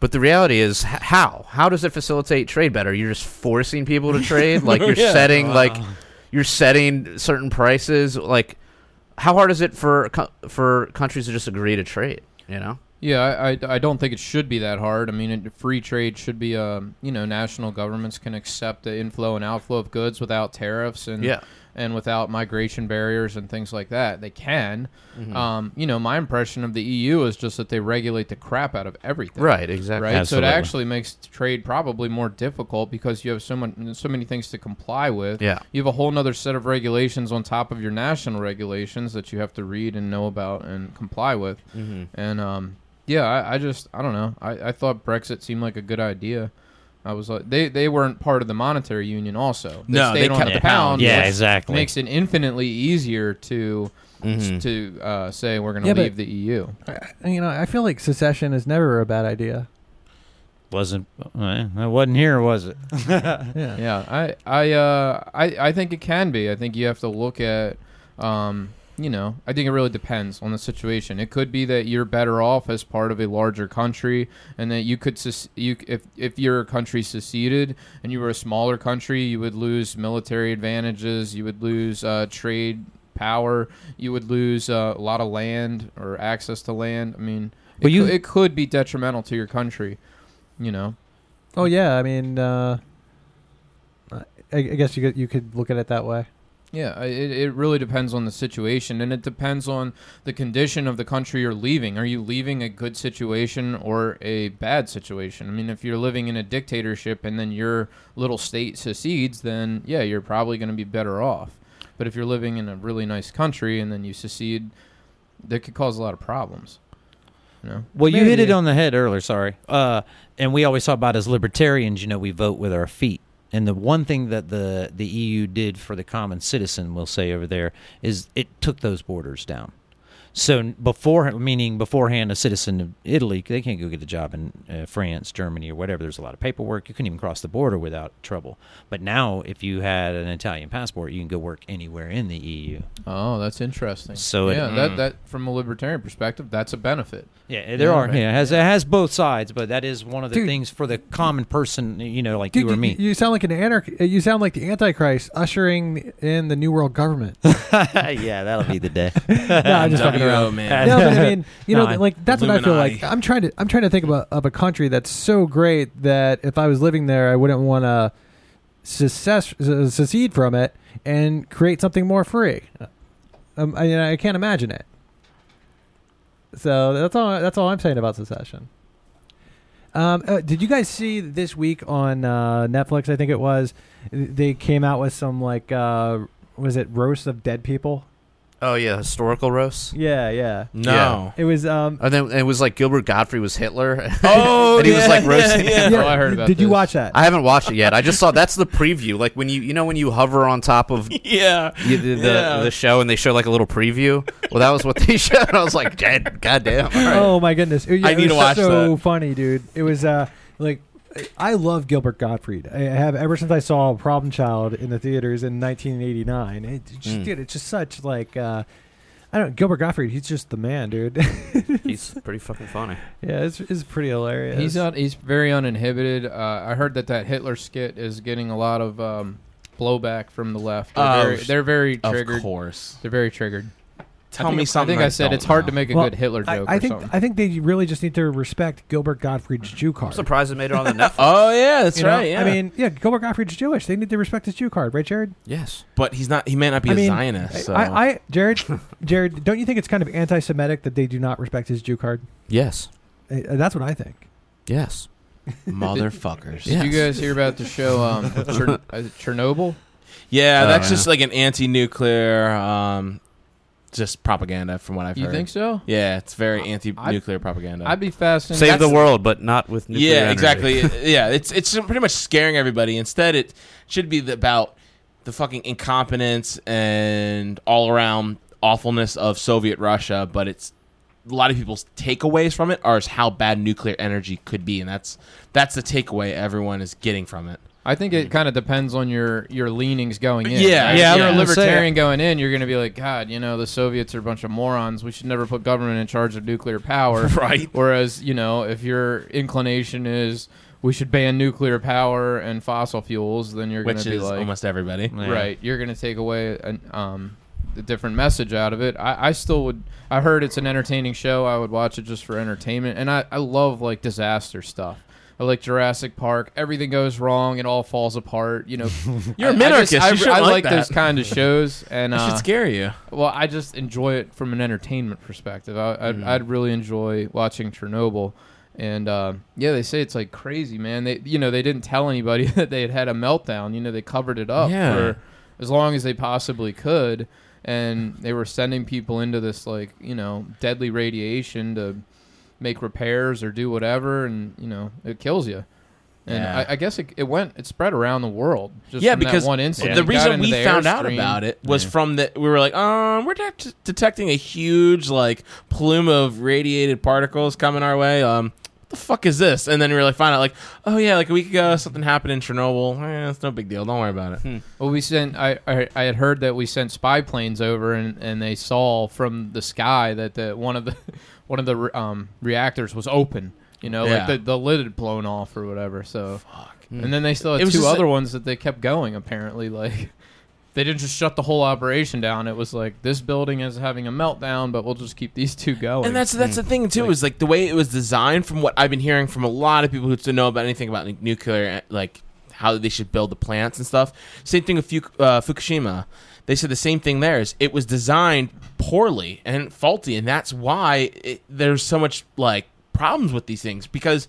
But the reality is, h- how? How does it facilitate trade better? You're just forcing people [LAUGHS] to trade. Like you're Yeah. setting like you're setting certain prices. Like how hard is it for co- for countries to just agree to trade? You know. Yeah, I, I, I don't think it should be that hard. I mean, it, free trade should be, um, you know, national governments can accept the inflow and outflow of goods without tariffs and Yeah. and without migration barriers and things like that. They can. Mm-hmm. Um, you know, my impression of the EU is just that they regulate the crap out of everything. Right. Exactly. Right. Absolutely. So it actually makes trade probably more difficult because you have so much, so many things to comply with. Yeah. You have a whole nother set of regulations on top of your national regulations that you have to read and know about and comply with. And um, yeah, I, I just I don't know. I, I thought Brexit seemed like a good idea. I was like, they they weren't part of the monetary union. Also, they No, they stayed on kept the the pound. pound. Yeah, which exactly. Makes it infinitely easier to to uh, say we're going to Yeah, but- leave the EU. I, you know, I feel like secession is never a bad idea. wasn't eh, it wasn't here, was it? Yeah. Yeah, I I uh I, I think it can be. I think you have to look at um you know, I think it really depends on the situation. It could be that you're better off as part of a larger country and that you could sec- you if if your country seceded and you were a smaller country, you would lose military advantages, you would lose uh, trade power, you would lose uh, a lot of land or access to land. I mean, it, Well, you- cou- it could be detrimental to your country, you know. Oh yeah, I mean, uh, I, I guess you could, you could look at it that way. Yeah, I- it, it really depends on the situation, and it depends on the condition of the country you're leaving. Are you leaving a good situation or a bad situation? I mean, if you're living in a dictatorship and then your little state secedes, then yeah, you're probably going to be better off. But if you're living in a really nice country and then you secede, that could cause a lot of problems. You know? Well, you hit Maybe. it on the head earlier. Sorry. Uh, and we always talk about as libertarians, you know, we vote with our feet. And the one thing that the the EU did for the common citizen, we'll say over there, is it took those borders down. So n- before, meaning beforehand, a citizen of Italy, they can't go get a job in uh, France, Germany, or whatever. There's a lot of paperwork. You couldn't even cross the border without trouble. But now, if you had an Italian passport, you can go work anywhere in the E EU. Oh, that's interesting. So it- Mm. yeah, that, that from a libertarian perspective, that's a benefit. Yeah, there Yeah, are. right. Yeah, it has it has both sides, but that is one of the Dude. things for the common person, you know, like you or you, [LAUGHS] me. you sound like an anarch. uh, You sound like the Antichrist ushering in the new world government. no, yeah, that'll be the day. I'm just fucking around. WO, man. [LAUGHS] no, but I mean, you know, No, I- like that's what I feel like. Illuminati. I'm trying to I'm trying to think about of a country that's so great that if I was living there, I wouldn't want to success uh, secede from it and create something more free. Um, I, I can't imagine it. So that's all. That's all I'm saying about secession. Um, uh, did you guys see this week on uh, Netflix? I think it was they came out with some like uh, was it roasts of dead people? Oh yeah, historical roasts. Yeah, yeah. No. It was um, And then and it was like Gilbert Godfrey was Hitler. [LAUGHS] [LAUGHS] Oh, and he was like yeah, roasting. yeah, Oh, I heard about Did you this. watch that? I haven't watched it yet. I just saw that's the preview. Like when you you know when you hover on top of you- Yeah. [LAUGHS] the the, Yeah. the show and they show like a little preview. Well, that was what they [LAUGHS] showed. I was like, "Dad, goddamn! All right. Oh my goodness! It, I it need was to watch So that. funny, dude. It was uh like I love Gilbert Gottfried. I have ever since I saw Problem Child in the theaters in 1989. It just, Mm. Dude, it's just such like uh, I don't Gilbert Gottfried. He's just the man, dude. [LAUGHS] He's pretty fucking funny. yeah, it's, it's pretty hilarious. He's un- he's very uninhibited. Uh, I heard that that Hitler skit is getting a lot of um, blowback from the left. They're Oh, very, sh- they're very Of triggered. course. They're very triggered. Tell I think, me something. I think I, said don't it's hard to know. make a Well, good Hitler I, joke I or think something. I think they really just need to respect Gilbert Gottfried's Jew card. I'm surprised they made it on the Netflix. Oh yeah, that's You know? right. Yeah. I mean, yeah, Gilbert Gottfried's Jewish. They need to respect his Jew card, right, Jared? [LAUGHS] yes. but he's not. He may not be I a mean, Zionist. So. I, I, Jared, Jared, don't you think it's kind of anti-Semitic that they do not respect his Jew card? Yes. Uh, That's what I think. Yes. motherfuckers. [LAUGHS] Did you guys hear about the show um, Chern- uh, Chernobyl? Yeah, Oh, that's yeah. just like an anti-nuclear, um, just propaganda from what I've You heard. think so? Yeah, it's very anti-nuclear propaganda. I'd be fascinated. Save That's- the world, but not with nuclear yeah, energy. exactly. yeah, it's it's pretty much scaring everybody. Instead, it should be the- about the fucking incompetence and all around awfulness of Soviet Russia. But it's a lot of people's takeaways from it are is how bad nuclear energy could be, and that's that's the takeaway everyone is getting from it. I think it kind of depends on your your leanings going in. Mm. Yeah, right? yeah, I If you're a was gonna say libertarian going in, you're going to be like, God, you know, the Soviets are a bunch of morons. We should never put government in charge of nuclear power. [LAUGHS] Right. Whereas, you know, if your inclination is we should ban nuclear power and fossil fuels, then you're going Which to be is like, almost everybody. Yeah. right, you're going to take away an, um, a different message out of it. I, I still would. I heard it's an entertaining show. I would watch it just for entertainment, and I, I love like disaster stuff. I like Jurassic Park. Everything goes wrong. It all falls apart. You [LAUGHS] know, You're a I- I minarchist. just- I, You shouldn't I like like, that. those kind of shows, [LAUGHS] and That uh, should scare you. well, I just enjoy it from an entertainment perspective. I, I'd, Mm-hmm. I'd really enjoy watching Chernobyl, and uh, yeah, they say it's like crazy, man. They you know they didn't tell anybody [LAUGHS] that they had had a meltdown. You know they covered it up Yeah. for as long as they possibly could, and they were sending people into this like you know deadly radiation to make repairs or do whatever, and you know it kills you. And Yeah. I, I guess it, it went, it spread around the world. Just yeah, from that because one incident. the It got reason into we the found out airstream. about it was from that we were like, um, we're det- detecting a huge like plume of radiated particles coming our way. Um, what the fuck is this? And then we were like, find out like, oh yeah, like a week ago something happened in Chernobyl. Eh, it's no big deal. Don't worry about it. Well, we sent. I, I I had heard that we sent spy planes over, and, and they saw from the sky that the one of the [LAUGHS] one of the re- um, reactors was open. You know, Yeah. like the, the lid had blown off or whatever. So, Hmm. and then they still It had was two just other a- ones that they kept going. Apparently, like [LAUGHS] they didn't just shut the whole operation down. It was like this building is having a meltdown, but we'll just keep these two going. And that's Mm. that's the thing too is like the way it was designed. From what I've been hearing from a lot of people who don't know about anything about like, nuclear, eh, like how they should build the plants and stuff. Same thing with Fu- uh, Fukushima. They said the same thing there. Is it was designed poorly and faulty, and that's why it, there's so much like problems with these things because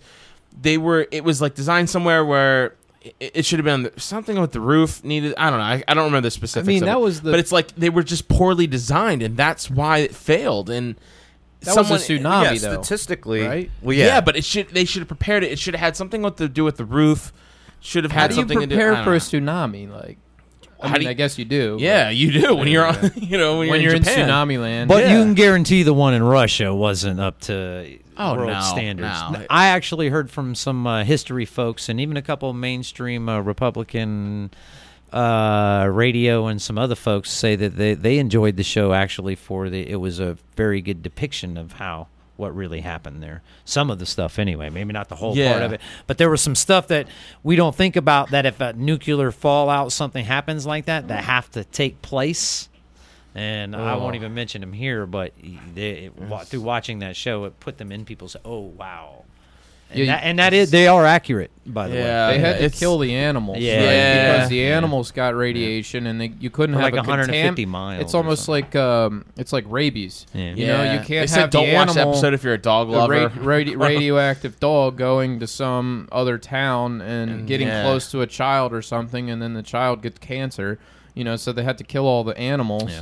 they were. It was like designed somewhere where. It it should have been something with the roof needed. I don't know. I, I don't remember the specifics. mean, of that it. was the- But it's like they were just poorly designed, and that's why it failed. And that was a tsunami Yeah, though. statistically, right? Well, yeah. yeah, but it should they should have prepared it. It should have had something with- to do with the roof. Should have How had do you something prepare to do. I for a don't tsunami? Like, I How do mean, you- I guess you do. know. yeah, you do when you're on. [LAUGHS] You know when you're, but when you're in, Japan. tsunami land. But Yeah. you can guarantee the one in Russia wasn't up to Oh, world no, standards. no. I actually heard from some uh, history folks and even a couple mainstream uh, Republican uh, radio and some other folks say that they, they enjoyed the show actually for the it was a very good depiction of how what really happened there. Some of the stuff anyway, maybe not the whole part Yeah. of it, but there was some stuff that we don't think about that if a nuclear fallout something happens like that that have to take place and I won't even mention them here, but they, it, wa- through watching that show, it put them in people's. Oh wow, and, Yeah, you- that, and that is they are accurate by the Yeah, way. They had to it's- kill the animals, Yeah. right? Yeah. because the animals got radiation, and they, you couldn't For have like a 150 contam- miles It's or almost something. like um, it's like rabies. Yeah. You know, Yeah. you can't they said have don't the watch the animal- episode if you're a dog the lover. ra- [LAUGHS] radi- radioactive dog going to some other town and, And getting Mm, yeah. close to a child or something, and then the child gets cancer. You know, so they had to kill all the animals. Yeah.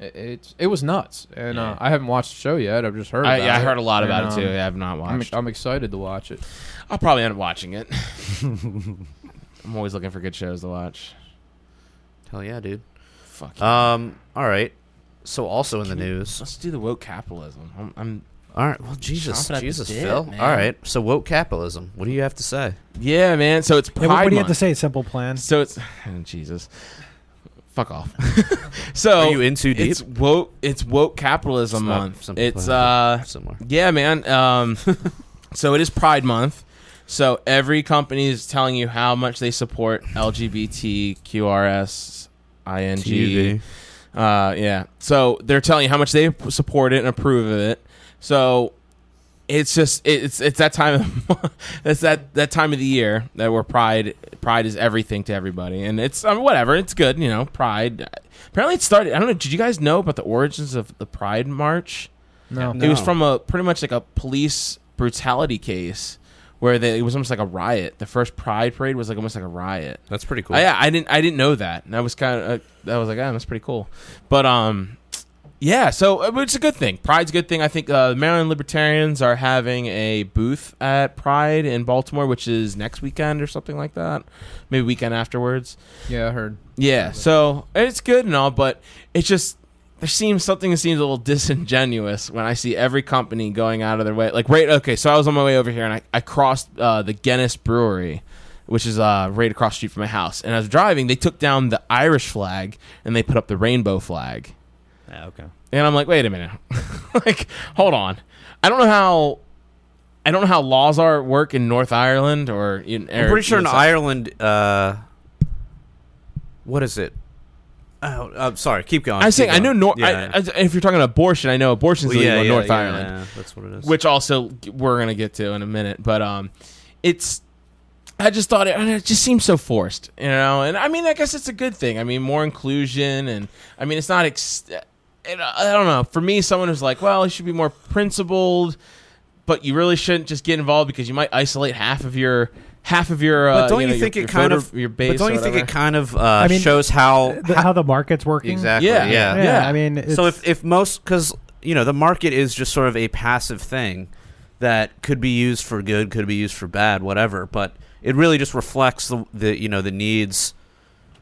I- It's it was nuts, and uh, I haven't watched the show yet. I've just heard. I, about yeah, I it. heard a lot And, about it too. um, I have not I'm, watched. i I'm excited to watch it. will probably end up watching it. I'm always looking for good shows to watch. hell yeah, dude. Fuck. yeah. Um, all right. So also in the news. Let's do the woke capitalism. I'm, I'm All right. Well, Jesus, Chomping at the Jesus, bit, Phil. man. All right. So woke capitalism. What do you have to say? yeah, man. So it's Yeah, Pride what, what do you have Month. to say? Simple plan. So it's [LAUGHS] Jesus. Fuck off. [LAUGHS] so Are you in too deep? It's woke. It's woke capitalism It's not month. simple It's plan, uh, but similar. yeah, man. [LAUGHS] Um, so it is Pride Month. So every company is telling you how much they support LGBTQRS, ING. Uh, yeah. So they're telling you how much they support it and approve of it. So it's just it- it's it's that time of the month- [LAUGHS] it's that that time of the year that where pride pride is everything to everybody, and it's I mean, whatever. It's good, you know. Pride. Apparently, it started. I don't know. Did you guys know about the origins of the Pride March? No, It was from a pretty much like a police brutality case where they, it was almost like a riot. The first Pride parade was like almost like a riot. That's pretty cool. Oh, yeah, I didn't I didn't know that, and I was kind of uh, I was like, ah, that's pretty cool. But um, yeah, so uh, but it's a good thing. Pride's a good thing. I think uh, the Maryland Libertarians are having a booth at Pride in Baltimore, which is next weekend or something like that, maybe weekend afterwards. Yeah, I heard. Yeah, so it's good and all, but it's just there seems something that seems a little disingenuous when I see every company going out of their way. Like right, okay, so I was on my way over here and I, I crossed uh, the Guinness Brewery, which is uh, right across the street from my house. And as driving, they took down the Irish flag and they put up the rainbow flag. Ah, okay. And I'm like, wait a minute. [LAUGHS] like, hold on. I don't know how. I don't know how laws are at work in North Ireland or in. I'm pretty sure in Ireland. Ireland, uh, what is it? Oh, I'm sorry. Keep going. I was keep saying I know going. North. Yeah. if you're talking abortion, I know abortion's Well, illegal yeah, in yeah, North yeah, Ireland, yeah, that's what it is. which also we're gonna get to in a minute. But um, it's I just thought it, and it just seems so forced, you know. And I mean, I guess it's a good thing. I mean, more inclusion, and I mean, it's not. Ex- it, I don't know. For me, someone who's like, well, you should be more principled, but you really shouldn't just get involved because you might isolate half of your half of your. Uh, but don't you, know, think your- it your kind voter- of? your base? But don't or you think whatever. it kind of uh, mean, shows how The- how the market's working. exactly? Yeah. Yeah. Yeah, Yeah. I mean, it's, so if, if most because you know the market is just sort of a passive thing that could be used for good could be used for bad whatever but it really just reflects the, the you know the needs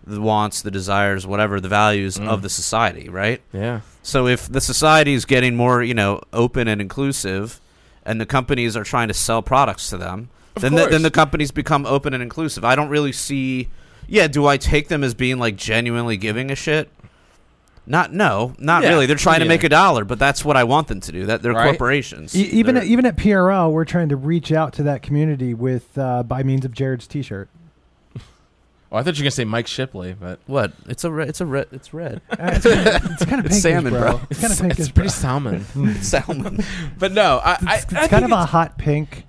the wants the desires whatever the values Mm. of the society right Yeah. so if the society is getting more you know open and inclusive and the companies are trying to sell products to them Of then the, course. then the companies become open and inclusive i don't really see yeah do i take them as being like genuinely giving a shit not no not Yeah, really they're trying to yeah. make a dollar but that's what i want them to do that they're Right. corporations E- even They're- at, even at PRL, we're trying to reach out to that community with uh, by means of Jared's T-shirt. Oh, I thought you were gonna say Mike Shipley, but what it's a red it's a red it's [LAUGHS] red Uh, it's kind of, it's kind of It's pinkish, salmon, bro. [LAUGHS] It's kind of it's, pinkish. it's pretty bro. [LAUGHS] salmon. salmon But no, I, I, It's I, kind think of a it's- hot pink.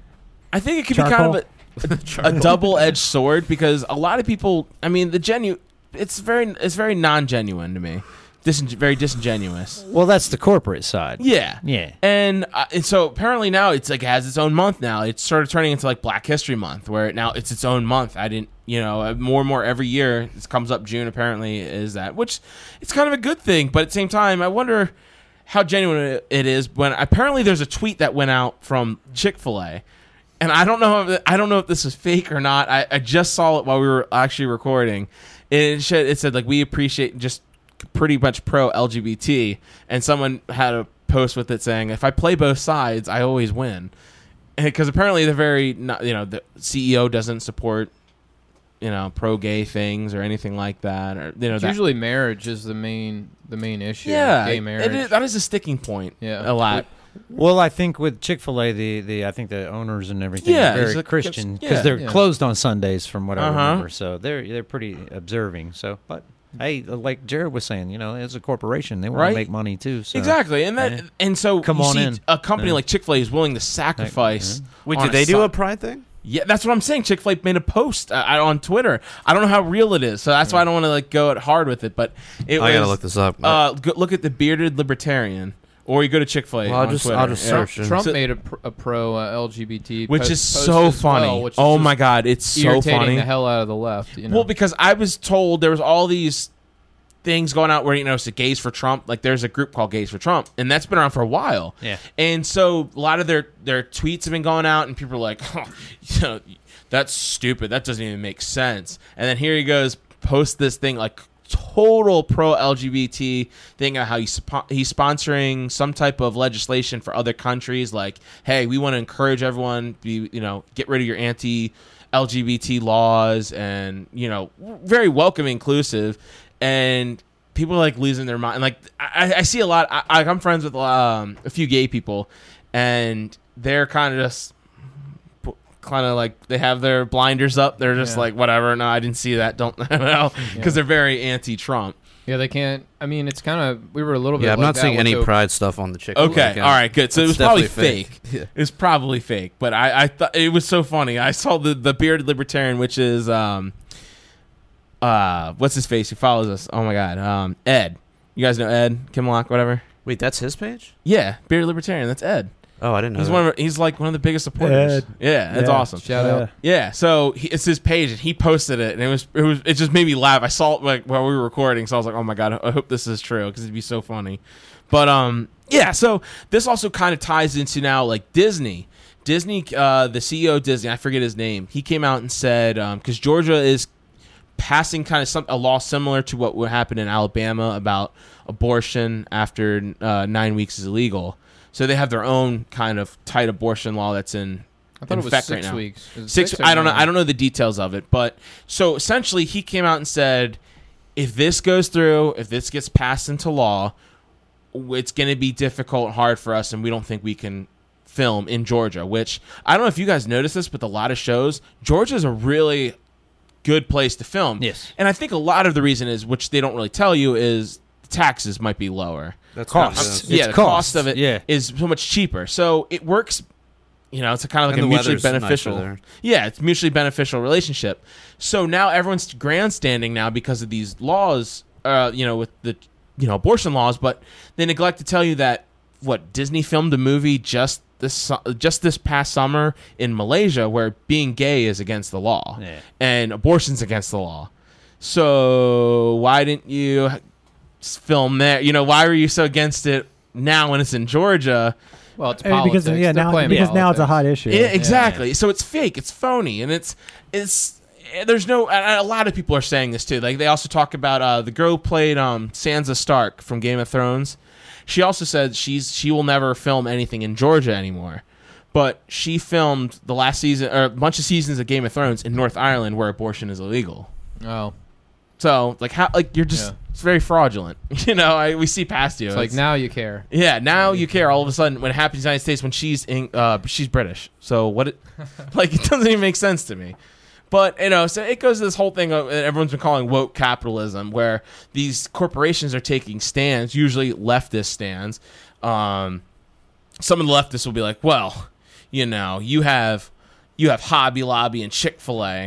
I think it could charcoal. be [LAUGHS] kind of a, a, double edged sword because a lot of people. I mean, the genu, it's very it's very non genuine to me, Dising, very disingenuous. Well, that's the corporate side. Yeah, Yeah. and, uh, and so apparently now it's like has its own month now. It's sort of turning into like Black History Month, where now it's its own month. I didn't, you know, uh, more and more every year it comes up. June apparently is that, which it's kind of a good thing, but at the same time, I wonder how genuine it is when apparently there's a tweet that went out from Chick Fil A, and I don't know if I don't know if this is fake or not. I, I just saw it while we were actually recording. It said, it said like we appreciate just pretty much pro LGBT, and someone had a post with it saying, "If I play both sides, I always win," because apparently they're very not, you know the CEO doesn't support you know pro gay things or anything like that or you know It's that- usually marriage is the main the main issue. yeah gay it marriage. is- that is a sticking point a Yeah. lot Well, I think with Chick Fil A, the, the I think the owners and everything Yeah, are it's very like- Christian it's- yeah, because they're yeah. closed on Sundays, from what Uh-huh. I remember. So they're they're pretty observing. So, but hey, like Jared was saying, you know, as a corporation, they want Right. to make money too. So. exactly and that Yeah. and so Come you on see in. a company Yeah. like chick-fil-a is willing to sacrifice wait on did they do Sun- a pride thing Yeah, that's what I'm saying. Chick Fil A made a post uh, I- on Twitter. I don't know how real it is, so that's why I don't want to like go at hard with it. But it was, this up Uh, go, look at the bearded libertarian, or you go to Chick Fil A. Well, I'll just- Twitter. I'll just Yeah. Trump, search it. Trump So- made a, pr- a pro uh, LGBT, which po- is post so as funny. well, which is oh just my god, it's so irritating funny. the hell out of the left. You know? Well, because I was told there was all these things going out where you know it's the Gays for Trump. Like there's a group called Gays for Trump, and that's been around for a while. Yeah. And so a lot of their their tweets have been going out, and people are like, [LAUGHS] "Huh, you know, that's stupid. That doesn't even make sense. And then here he goes, post this thing like total pro LGBT thing of how he's spo- he's sponsoring some type of legislation for other countries. Like, hey, we want to encourage everyone be you know get rid of your anti LGBT laws and you know very welcoming, inclusive, and people are like losing their mind. Like I, I see a lot. I, I- I'm friends with um, a few gay people, and they're kind of just kind of like they have their blinders up. They're just Yeah. like whatever. No, I didn't see that. Don't [LAUGHS] know because they're very anti-Trump. yeah, they can't. I mean, it's kind of. We were a little bit. yeah i'm like not that seeing with any Oprah. pride stuff on the chick uh, Okay, all right, good. So it was That's probably definitely fake. It was probably fake, but I, I thought it was so funny. I saw the the bearded libertarian, which is um, uh, what's his face? Who follows us? Oh my god, um, Ed. You guys know Ed Kimlock, whatever. wait that's his page Yeah, bearded libertarian. That's Ed. Oh, I didn't know. He's that. one. Of, he's like one of the biggest supporters. Uh-huh. Ed. Yeah, that's Yeah. awesome. Shout out. Yeah, so he, it's his page, and he posted it, and it was it was it just made me laugh. I saw it like while we were recording, so I was like, oh my god, I hope this is true because it'd be so funny. But um, yeah, so this also kind of ties into now like Disney. Disney, uh, the CEO of Disney, I forget his name. He came out and said because Georgia is passing kind of some a law similar to what would happen in Alabama about abortion after uh, nine weeks is illegal. So they have their own kind of tight abortion law that's in I thought in it was effect six right now weeks. Is it six, six or i don't know nine? i don't know the details of it but so essentially he came out and said if this goes through if this gets passed into law it's going to be difficult and hard for us and we don't think we can film in georgia which i don't know if you guys noticed this but a lot of shows georgia's a really good place to film Yes. and i think a lot of the reason is which they don't really tell you is taxes might be lower That's [LAUGHS] Costs. yeah, It's the cost, cost of it is yeah. so much cheaper. So it works. You know, it's a kind of like And a the mutually weather's nicer beneficial. there. Yeah, it's mutually beneficial relationship. So now everyone's grandstanding now because of these laws. Uh, you know, with the you know abortion laws, but they neglect to tell you that what Disney filmed a movie just this su- just this past summer in Malaysia where being gay is against the law Yeah. and abortion's against the law. So why didn't you s- film there? You know, why were you so against it now when it's in Georgia? Well, it's I mean, politics. because yeah, They're now playing because now it's a politics. hot issue. Yeah, exactly. So it's fake. It's phony, and it's it's eh, there's no. And a lot of people are saying this too. Like they also talk about uh, the girl who played um, Sansa Stark from Game of Thrones. She also said she's she will never film anything in Georgia anymore. But she filmed the last season or a bunch of seasons of Game of Thrones in North Ireland where abortion is illegal. Oh, So like how like you're just Yeah. it's very fraudulent. [LAUGHS] You know, I, we see past you. it's like now you care. Yeah, now you care all of a sudden when it happens in the United States when she's in, uh, she's British. So what? It, [LAUGHS] like it doesn't even make sense to me. But you know, so it goes to this whole thing of, that everyone's been calling woke capitalism, where these corporations are taking stands, usually leftist stands. Um, some of the leftists will be like, "Well, you know, you have you have Hobby Lobby and Chick Fil A,"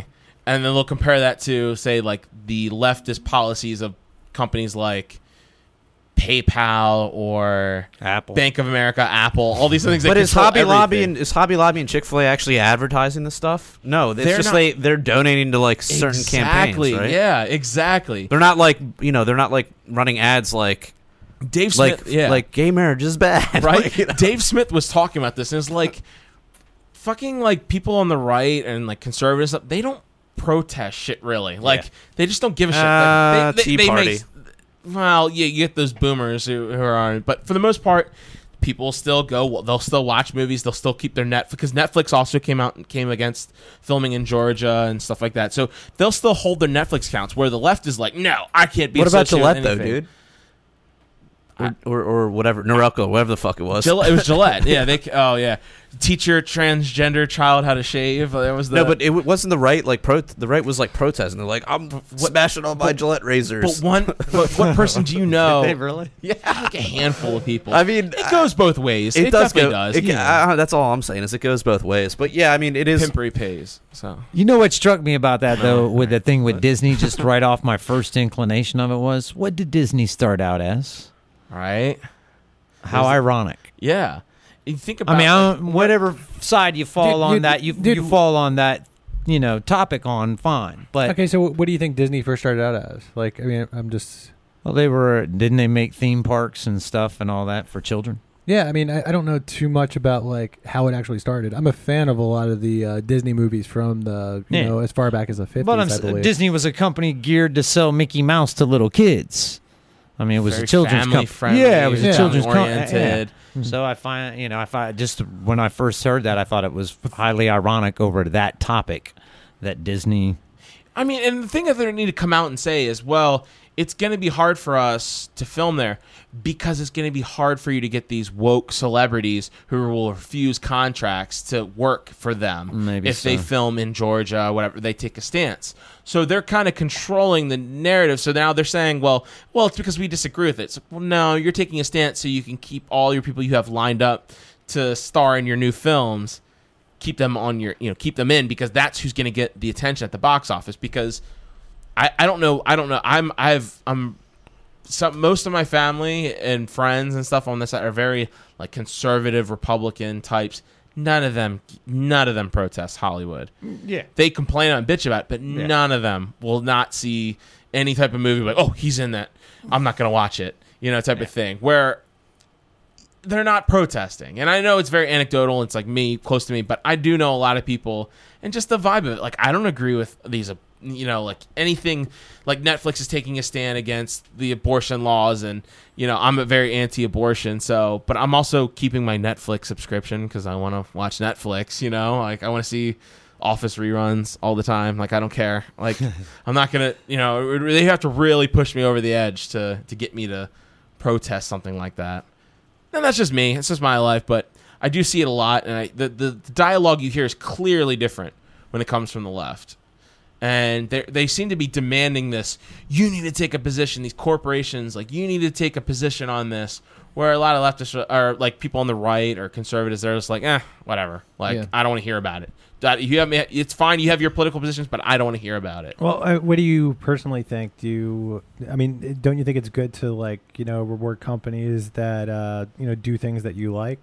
and then they'll compare that to say like the leftist policies of companies like PayPal or Apple. Bank of America, Apple, all these things. that But is control Hobby Lobby everything. and is Hobby Lobby and Chick Fil A actually advertising this stuff? No, it's They're just not- they they're donating to like certain exactly? campaigns, right? Yeah, exactly. They're not like you know they're not like running ads like Dave Smith, like yeah, like gay marriage is bad, [LAUGHS] right. Like, you know? Dave Smith was talking about this, and it's like fucking like people on the right and like conservatives. They don't protest shit really. Like they just don't give a shit. Like, Uh, they, Tea they Party. make- well, yeah, you get those boomers who, who are on, but for the most part, people still go. They'll still watch movies. They'll still keep their Netflix because Netflix also came out and came against filming in Georgia and stuff like that. So they'll still hold their Netflix accounts. Where the left is like, no, I can't be. What about associated with Gillette though, anything." dude? Or, or, or whatever Norelco, whatever the fuck it was. Gillette, it was Gillette. Yeah, they. Oh yeah, teach your transgender child how to shave. That was the. no, but it w- wasn't the right. Like pro, the right was like protesting. They're like, I'm smashing all my Gillette but razors. one. But what [LAUGHS] person do you Oh. know? really? yeah, like a handful of people. I mean, it goes both ways. It, does definitely go- does. it ca- yeah. uh, that's all I'm saying is it goes both ways. But yeah, I mean, it is. Pimpery pays. So You know what struck me about that though, with the thing with Disney, just [LAUGHS] right off my first inclination of it was, what did Disney start out as? all right. How ironic. Yeah. You think about I mean, I like, don't, whatever side you fall Dude, on you- that, you dude- you fall on that, you know, topic on fine. But Okay, so what do you think Disney first started out as? Like, I mean, I'm just well, they were didn't they make theme parks and stuff and all that for children? yeah. I mean, I, I don't know too much about like how it actually started. I'm a fan of a lot of the uh, Disney movies from the you Yeah. know as far back as the 50s. But I'm, I s- believe. Disney was a company geared to sell Mickey Mouse to little kids. I mean, it was a children's family company. friendly. yeah, it was yeah. a children's com- oriented. yeah. Mm-hmm. So I find, you know, I find just when I first heard that, I thought it was highly ironic over that topic that Disney. I mean, and the thing that they need to come out and say is, well, it's going to be hard for us to film there because it's going to be hard for you to get these woke celebrities who will refuse contracts to work for them Maybe if they so. film in Georgia, whatever. They take a stance, so they're kind of controlling the narrative. So now they're saying, well, well, it's because we disagree with it. So, well, no, you're taking a stance so you can keep all your people you have lined up to star in your new films keep them on your you know keep them in because that's who's going to get the attention at the box office because I, I don't know I don't know I'm I've I'm some most of my family and friends and stuff on this side are very like conservative Republican types. None of them, none of them protest Hollywood. Yeah. They complain and bitch about, it, but none of them will not see any type of movie like, oh, he's in that. I'm not gonna watch it, you know, type of thing. Where they're not protesting. And I know it's very anecdotal. It's like me, close to me, but I do know a lot of people and just the vibe of it. Like, I don't agree with these, uh, you know, like anything like Netflix is taking a stand against the abortion laws. And, you know, I'm a very anti abortion. So, but I'm also keeping my Netflix subscription because I want to watch Netflix, you know, like I want to see office reruns all the time like i don't care like i'm not gonna you know they have to really push me over the edge to to get me to protest something like that and that's just me. It's just my life, but I do see it a lot, and I, the, the the dialogue you hear is clearly different when it comes from the left, and they they seem to be demanding this. You need to take a position. These corporations, like you need to take a position on this. Where a lot of leftists are- are like people on the right or conservatives, they're just like, eh, whatever. Like Yeah. I don't want to hear about it. That you have, it's fine. You have your political positions, but I don't want to hear about it. Well, uh, what do you personally think? Do you, I mean, eh, don't you think it's good to like you know reward companies that uh, you know do things that you like?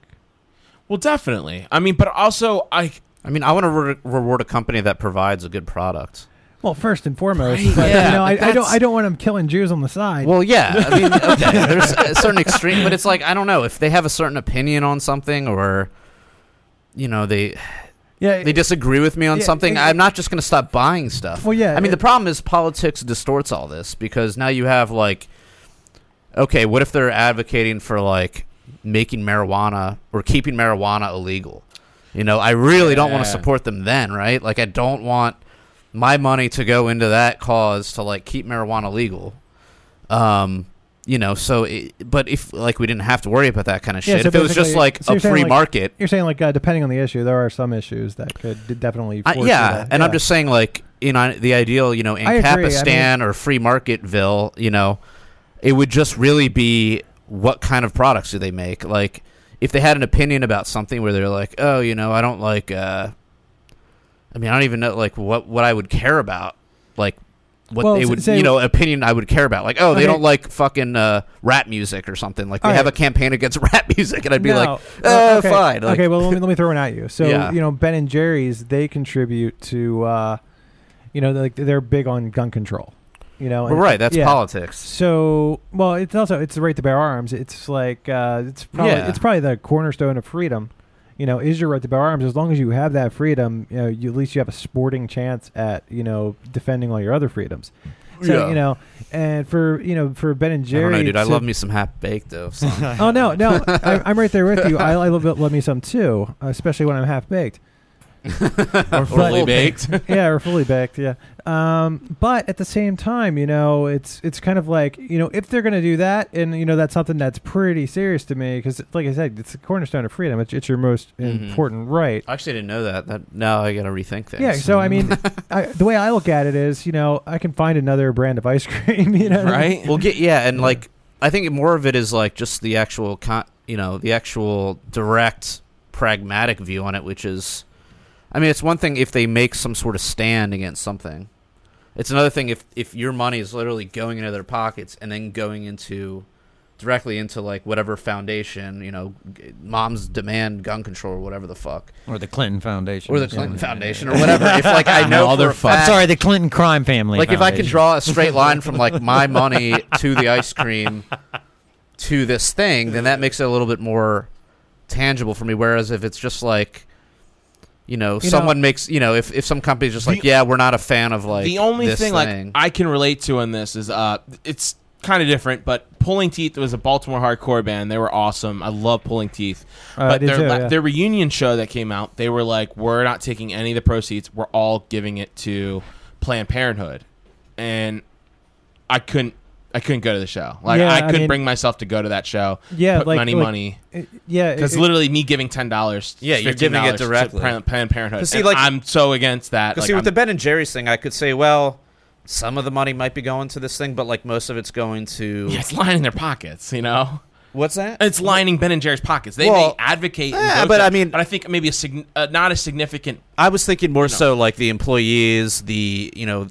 Well, definitely. I mean, but also I I mean, I want to re- reward a company that provides a good product. Well, first and foremost, but Yeah, you know, but I, I don't, that's- I don't want them killing Jews on the side. Well, yeah. I mean, okay. There's a certain extreme, but it's like I don't know if they have a certain opinion on something or. You know they yeah, eh, they disagree with me on Yeah, something. it- I'm not just going to stop buying stuff. Well, yeah, I mean, the it- problem is politics distorts all this because now you have like, okay, what if they're advocating for like making marijuana or keeping marijuana illegal? You know, I really don't want to Yeah. support them then, right? Like, I don't want my money to go into that cause to like keep marijuana legal. Um, you know, so it, but if like we didn't have to worry about that kind of Yeah, shit, so if it was just basically- like so a you're saying, free like, market, you're saying like uh, depending on the issue, there are some issues that could d- definitely. I, Force you yeah, to- and I'm yeah. just saying, like, you know, the ideal, you know, in I agree, I Capistan or free marketville, you know, it would just really be what kind of products do they make? Like, if they had an opinion about something where they're like, oh, you know, I don't like, uh, I mean, I don't even know, like, what, what I would care about, like, what Well, they s- would, say- you know, opinion I would care about. Like, oh, they Okay. don't like fucking uh, rap music or something. Like, they All have a right. campaign against [LAUGHS] rap music, and I'd be No. like, Uh, uh, okay. fine. Like, okay, well, let me, let me throw one at [LAUGHS] you. So, Yeah. you know, Ben and Jerry's, they contribute to, uh, you know, like they're big on gun control, you know. well, and- right, that's yeah. politics. So, well, it's also, it's the right to bear arms. It's like, uh, it's probably, Yeah. it's probably the cornerstone of freedom, you know, is your right to bear arms. As long as you have that freedom, you know, you, at least you have a sporting chance at, you know, defending all your other freedoms. So, Yeah. you know, and for, you know, for Ben and I Jerry. don't know, dude. I to- love me some half baked though. so- oh no, [LAUGHS] no, I, I'm right there with you. I, I love, love me some too, especially when I'm [LAUGHS] half baked. are fully But- baked. yeah, or fully baked. Yeah. Um, but at the same time, you know, it's it's kind of like you know if they're gonna do that, and you know that's something that's pretty serious to me because, like I said, it's the cornerstone of freedom. It's, it's your most Mm-hmm. Mhm. important right. I actually didn't know that. That now I gotta rethink things. Yeah, so I [LAUGHS] mean, I, the way I look at it is, you know, I can find another brand of ice [LAUGHS] cream, [LAUGHS] you know, what I mean? Right? well, get yeah, and like I think more of it is like just the actual con- you know, the actual direct pragmatic view on it, which is, I mean, it's one thing if they make some sort of stand against something. It's another thing if if your money is literally going into their pockets and then going into directly into like whatever foundation, you know, g- mom's demand gun control or whatever the fuck, or the Clinton Foundation, or the Clinton Foundation or whatever. if [LAUGHS] like I know All for their a fu- I'm fact- sorry, the Clinton crime family. like if I could Foundation. draw a straight line from like my money to the ice cream to this thing, then that makes it a little bit more tangible for me. Whereas if it's just like, you know, You someone makes, you know, if, if some company's just like, The- yeah, we're not a fan of like the only this thing, like I can relate to on this is uh it's kind of different but pulling teeth was a baltimore hardcore band they were awesome i love pulling teeth Uh, I but did their, too, la- yeah. their reunion show that came out they were like we're not taking any of the proceeds we're all giving it to planned parenthood and i couldn't i couldn't go to the show like Yeah, i I couldn't mean- bring myself to go to that show Yeah, put like- money like- money It- yeah, eh, it- because it- literally me giving ten dollars Yeah, you're giving it directly. to planned parenthood 'Cause see, And like- i'm so against that Because like, see, with I'm- the Ben and Jerry's thing, I could say, well, some of the money might be going to this thing, but like most of it's going to yeah, it's lying in their pockets you know what's that? It's lining Ben and Jerry's pockets. They Well, may advocate, and yeah, vote but that, I mean- but I think maybe a sign uh, not a significant. I was thinking more know. so like the employees, the you know,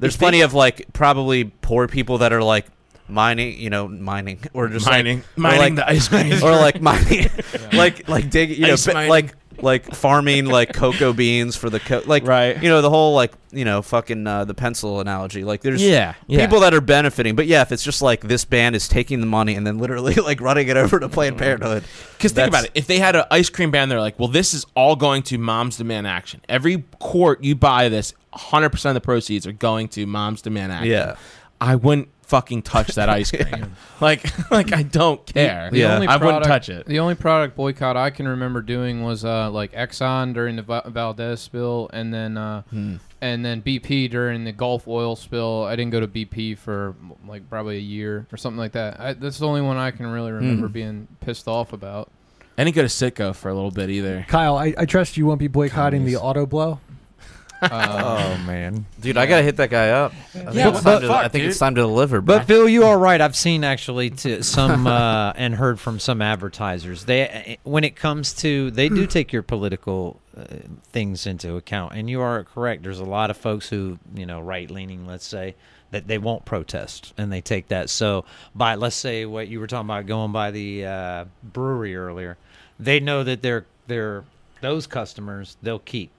there's If they- plenty of like probably poor people that are like, mining, you know, mining [LAUGHS] or just like- mining, mining like- the ice [LAUGHS] cream, or like mining, [LAUGHS] like like dig, you know, Ice bi- mining. like like farming like cocoa beans for the co- like Right. you know the whole like you know fucking uh, the pencil analogy like there's [LAUGHS] yeah, yeah. people that are benefiting but yeah if it's just like this band is taking the money and then literally [LAUGHS] like running it over to Planned Parenthood Because Mm-hmm. think about That's- it. If they had an ice cream ban, they're like, well, this is all going to Moms Demand Action. Every quart you buy this, 100% of the proceeds are going to Moms Demand Action. Yeah. I wouldn't fucking touch that ice cream. Like, [LAUGHS] like I don't care. the Yeah. only I wouldn't touch it. The only product boycott I can remember doing was uh, like Exxon during the Va- Valdez spill, and then uh, Hmm. and then BP during the Gulf oil spill. I didn't go to BP for m- like probably a year or something like that. I, that's the only one I can Hmm. really remember being pissed [LAUGHS] off about. I didn't go to Sitco for a little bit either. Kyle, I, I trust you won't be boycotting the auto blow. Uh, Oh man. Dude, I gotta hit that guy up. I think, Yeah, it's, but- time to, I fuck, think it's dude. time to deliver. Bro. But Phil, you are right. I've seen actually to some [LAUGHS] uh, and heard from some advertisers. They uh, when it comes to they do take your political uh, things into account, and you are correct. There's a lot of folks who you know right leaning, let's say, that they won't protest and they take that. So by let's say what you were talking about going by the uh, brewery earlier, they know that their their those customers they'll keep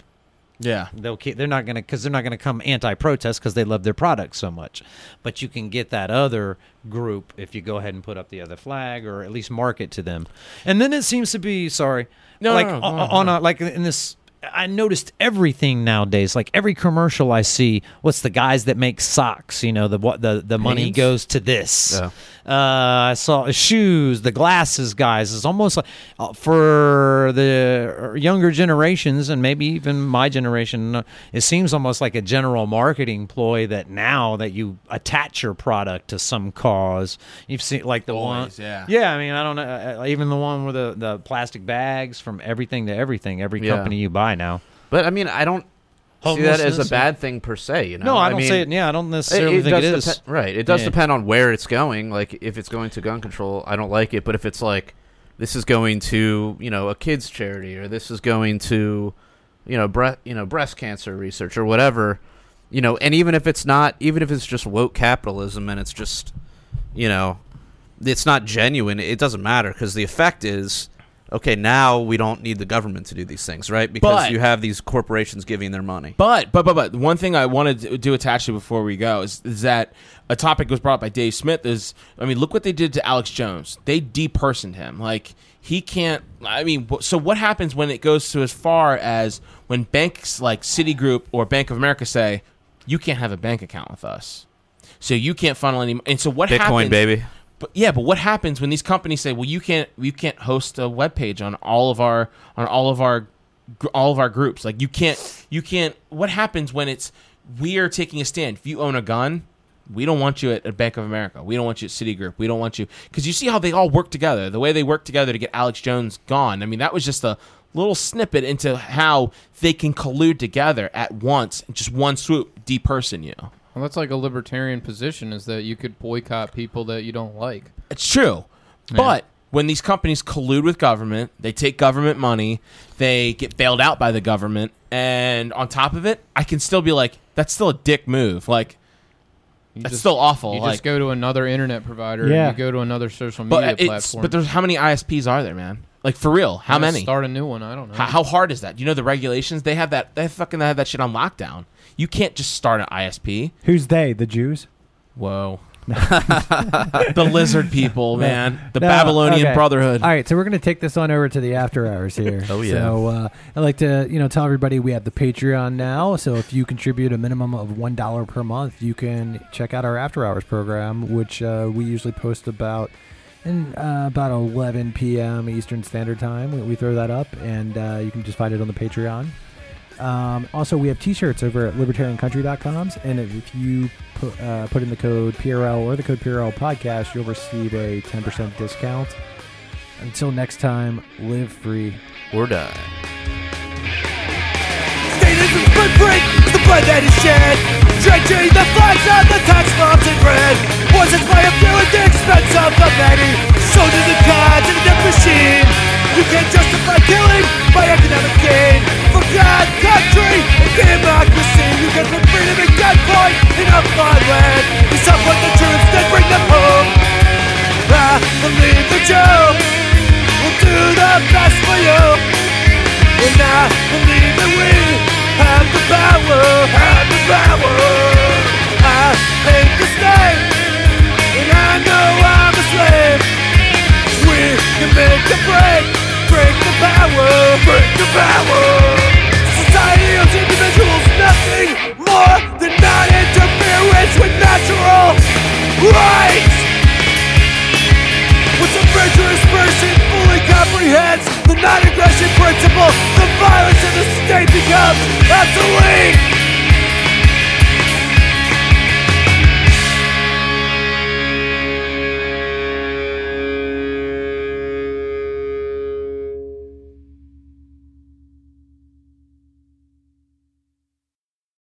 Yeah. they'll keep they're not going to because they're not going to come anti-protest because they love their product so much but you can get that other group if you go ahead and put up the other flag or at least market to them and then it seems to be sorry No, like no, no, o- no, on a like in this I noticed everything nowadays. Like every commercial I see, what's the guys that make socks? You know, the what the, the money Hanes? goes to this. Yeah. Uh, I saw shoes, the glasses, guys. It's almost like uh, for the younger generations and maybe even my generation, uh, it seems almost like a general marketing ploy that now that you attach your product to some cause. You've seen like the Always, one, yeah. yeah. I mean, I don't know, uh, even the one with the, the plastic bags from everything to everything, every Yeah. company you buy now. But I mean, I don't see that as a Homelessness, bad thing per se. You know, No, I don't mean, say it. Yeah, I don't necessarily think does it is. depe- right. It does Yeah. depend on where it's going. Like if it's going to gun control, I don't like it. But if it's like this is going to you know a kids charity or this is going to you know breast you know breast cancer research or whatever, you know, and even if it's not, even if it's just woke capitalism and it's just you know it's not genuine, it doesn't matter because the effect is. Okay, now we don't need the government to do these things, right? Because But- you have these corporations giving their money. But but but but one thing I wanted to do attach to before we go is, is that a topic was brought up by Dave Smith is I mean look what they did to Alex Jones. They depersoned him. Like he can't. I mean, wh- so what happens when it goes to as far as when banks like Citigroup or Bank of America say you can't have a bank account with us, so you can't funnel any. And so what happens? Bitcoin baby But yeah, but what happens when these companies say, "Well, you can't you can't host a web page on all of our on all of our gr- all of our groups. Like you can't you can't what happens when it's we are taking a stand. If you own a gun, we don't want you at, at Bank of America. We don't want you at Citigroup. We don't want you cuz you see how they all work together. The way they work together to get Alex Jones gone. I mean, that was just a little snippet into how they can collude together at once, just one swoop deperson you. well, that's like a libertarian position is that you could boycott people that you don't like. It's true. But when these companies collude with government, they take government money, they get bailed out by the government, and on top of it, I can still be like, that's still a dick move. Like, You that's just- still awful. You like, just go to another internet provider. Yeah. And you go to another social media but, it's, platform. but there's how many ISPs are there, man? Like, for real, how Yeah, many? Start a new one. I don't know. How, how hard is that? You know the regulations. They have that. They fucking have that shit on lockdown. You can't just start an ISP. Who's they? The Jews? [LAUGHS] Whoa. [LAUGHS] the lizard people, man. The No, Babylonian okay. Brotherhood. All right, so we're going to take this on over to the after hours here. oh yeah. So uh, I'd like to, you know, tell everybody we have the Patreon now. So if you contribute a minimum of one dollar per month, you can check out our after hours program, which uh, we usually post about in uh, about 11 p.m. Eastern Standard Time. We, we throw that up, and uh, you can just find it on the Patreon. Um, also, we have T-shirts over at libertariancountry.com, and if if you put, uh, put in the code PRL or the code PRL podcast, you'll receive a 10% discount. Until next time, live free. Or die. Statism but break the blood that is shed Drenching the flags of the tax mobs in red Was a triumph due at the expense of the many Sold to the gods and the machine You can't justify killing by economic gain For God, country, and democracy You can put freedom in gunpoint in a fine land You support the troops that bring them home Ah, you. We'll do the best for you. And I believe that we have the power, have the power. I hate to stay, and I know I'm a slave. We can make the break, break the power, break the power. Society of individuals, nothing more than non-interference with natural rights. Once a virtuous person fully comprehends the non-aggression principle, the violence of the state becomes obsolete.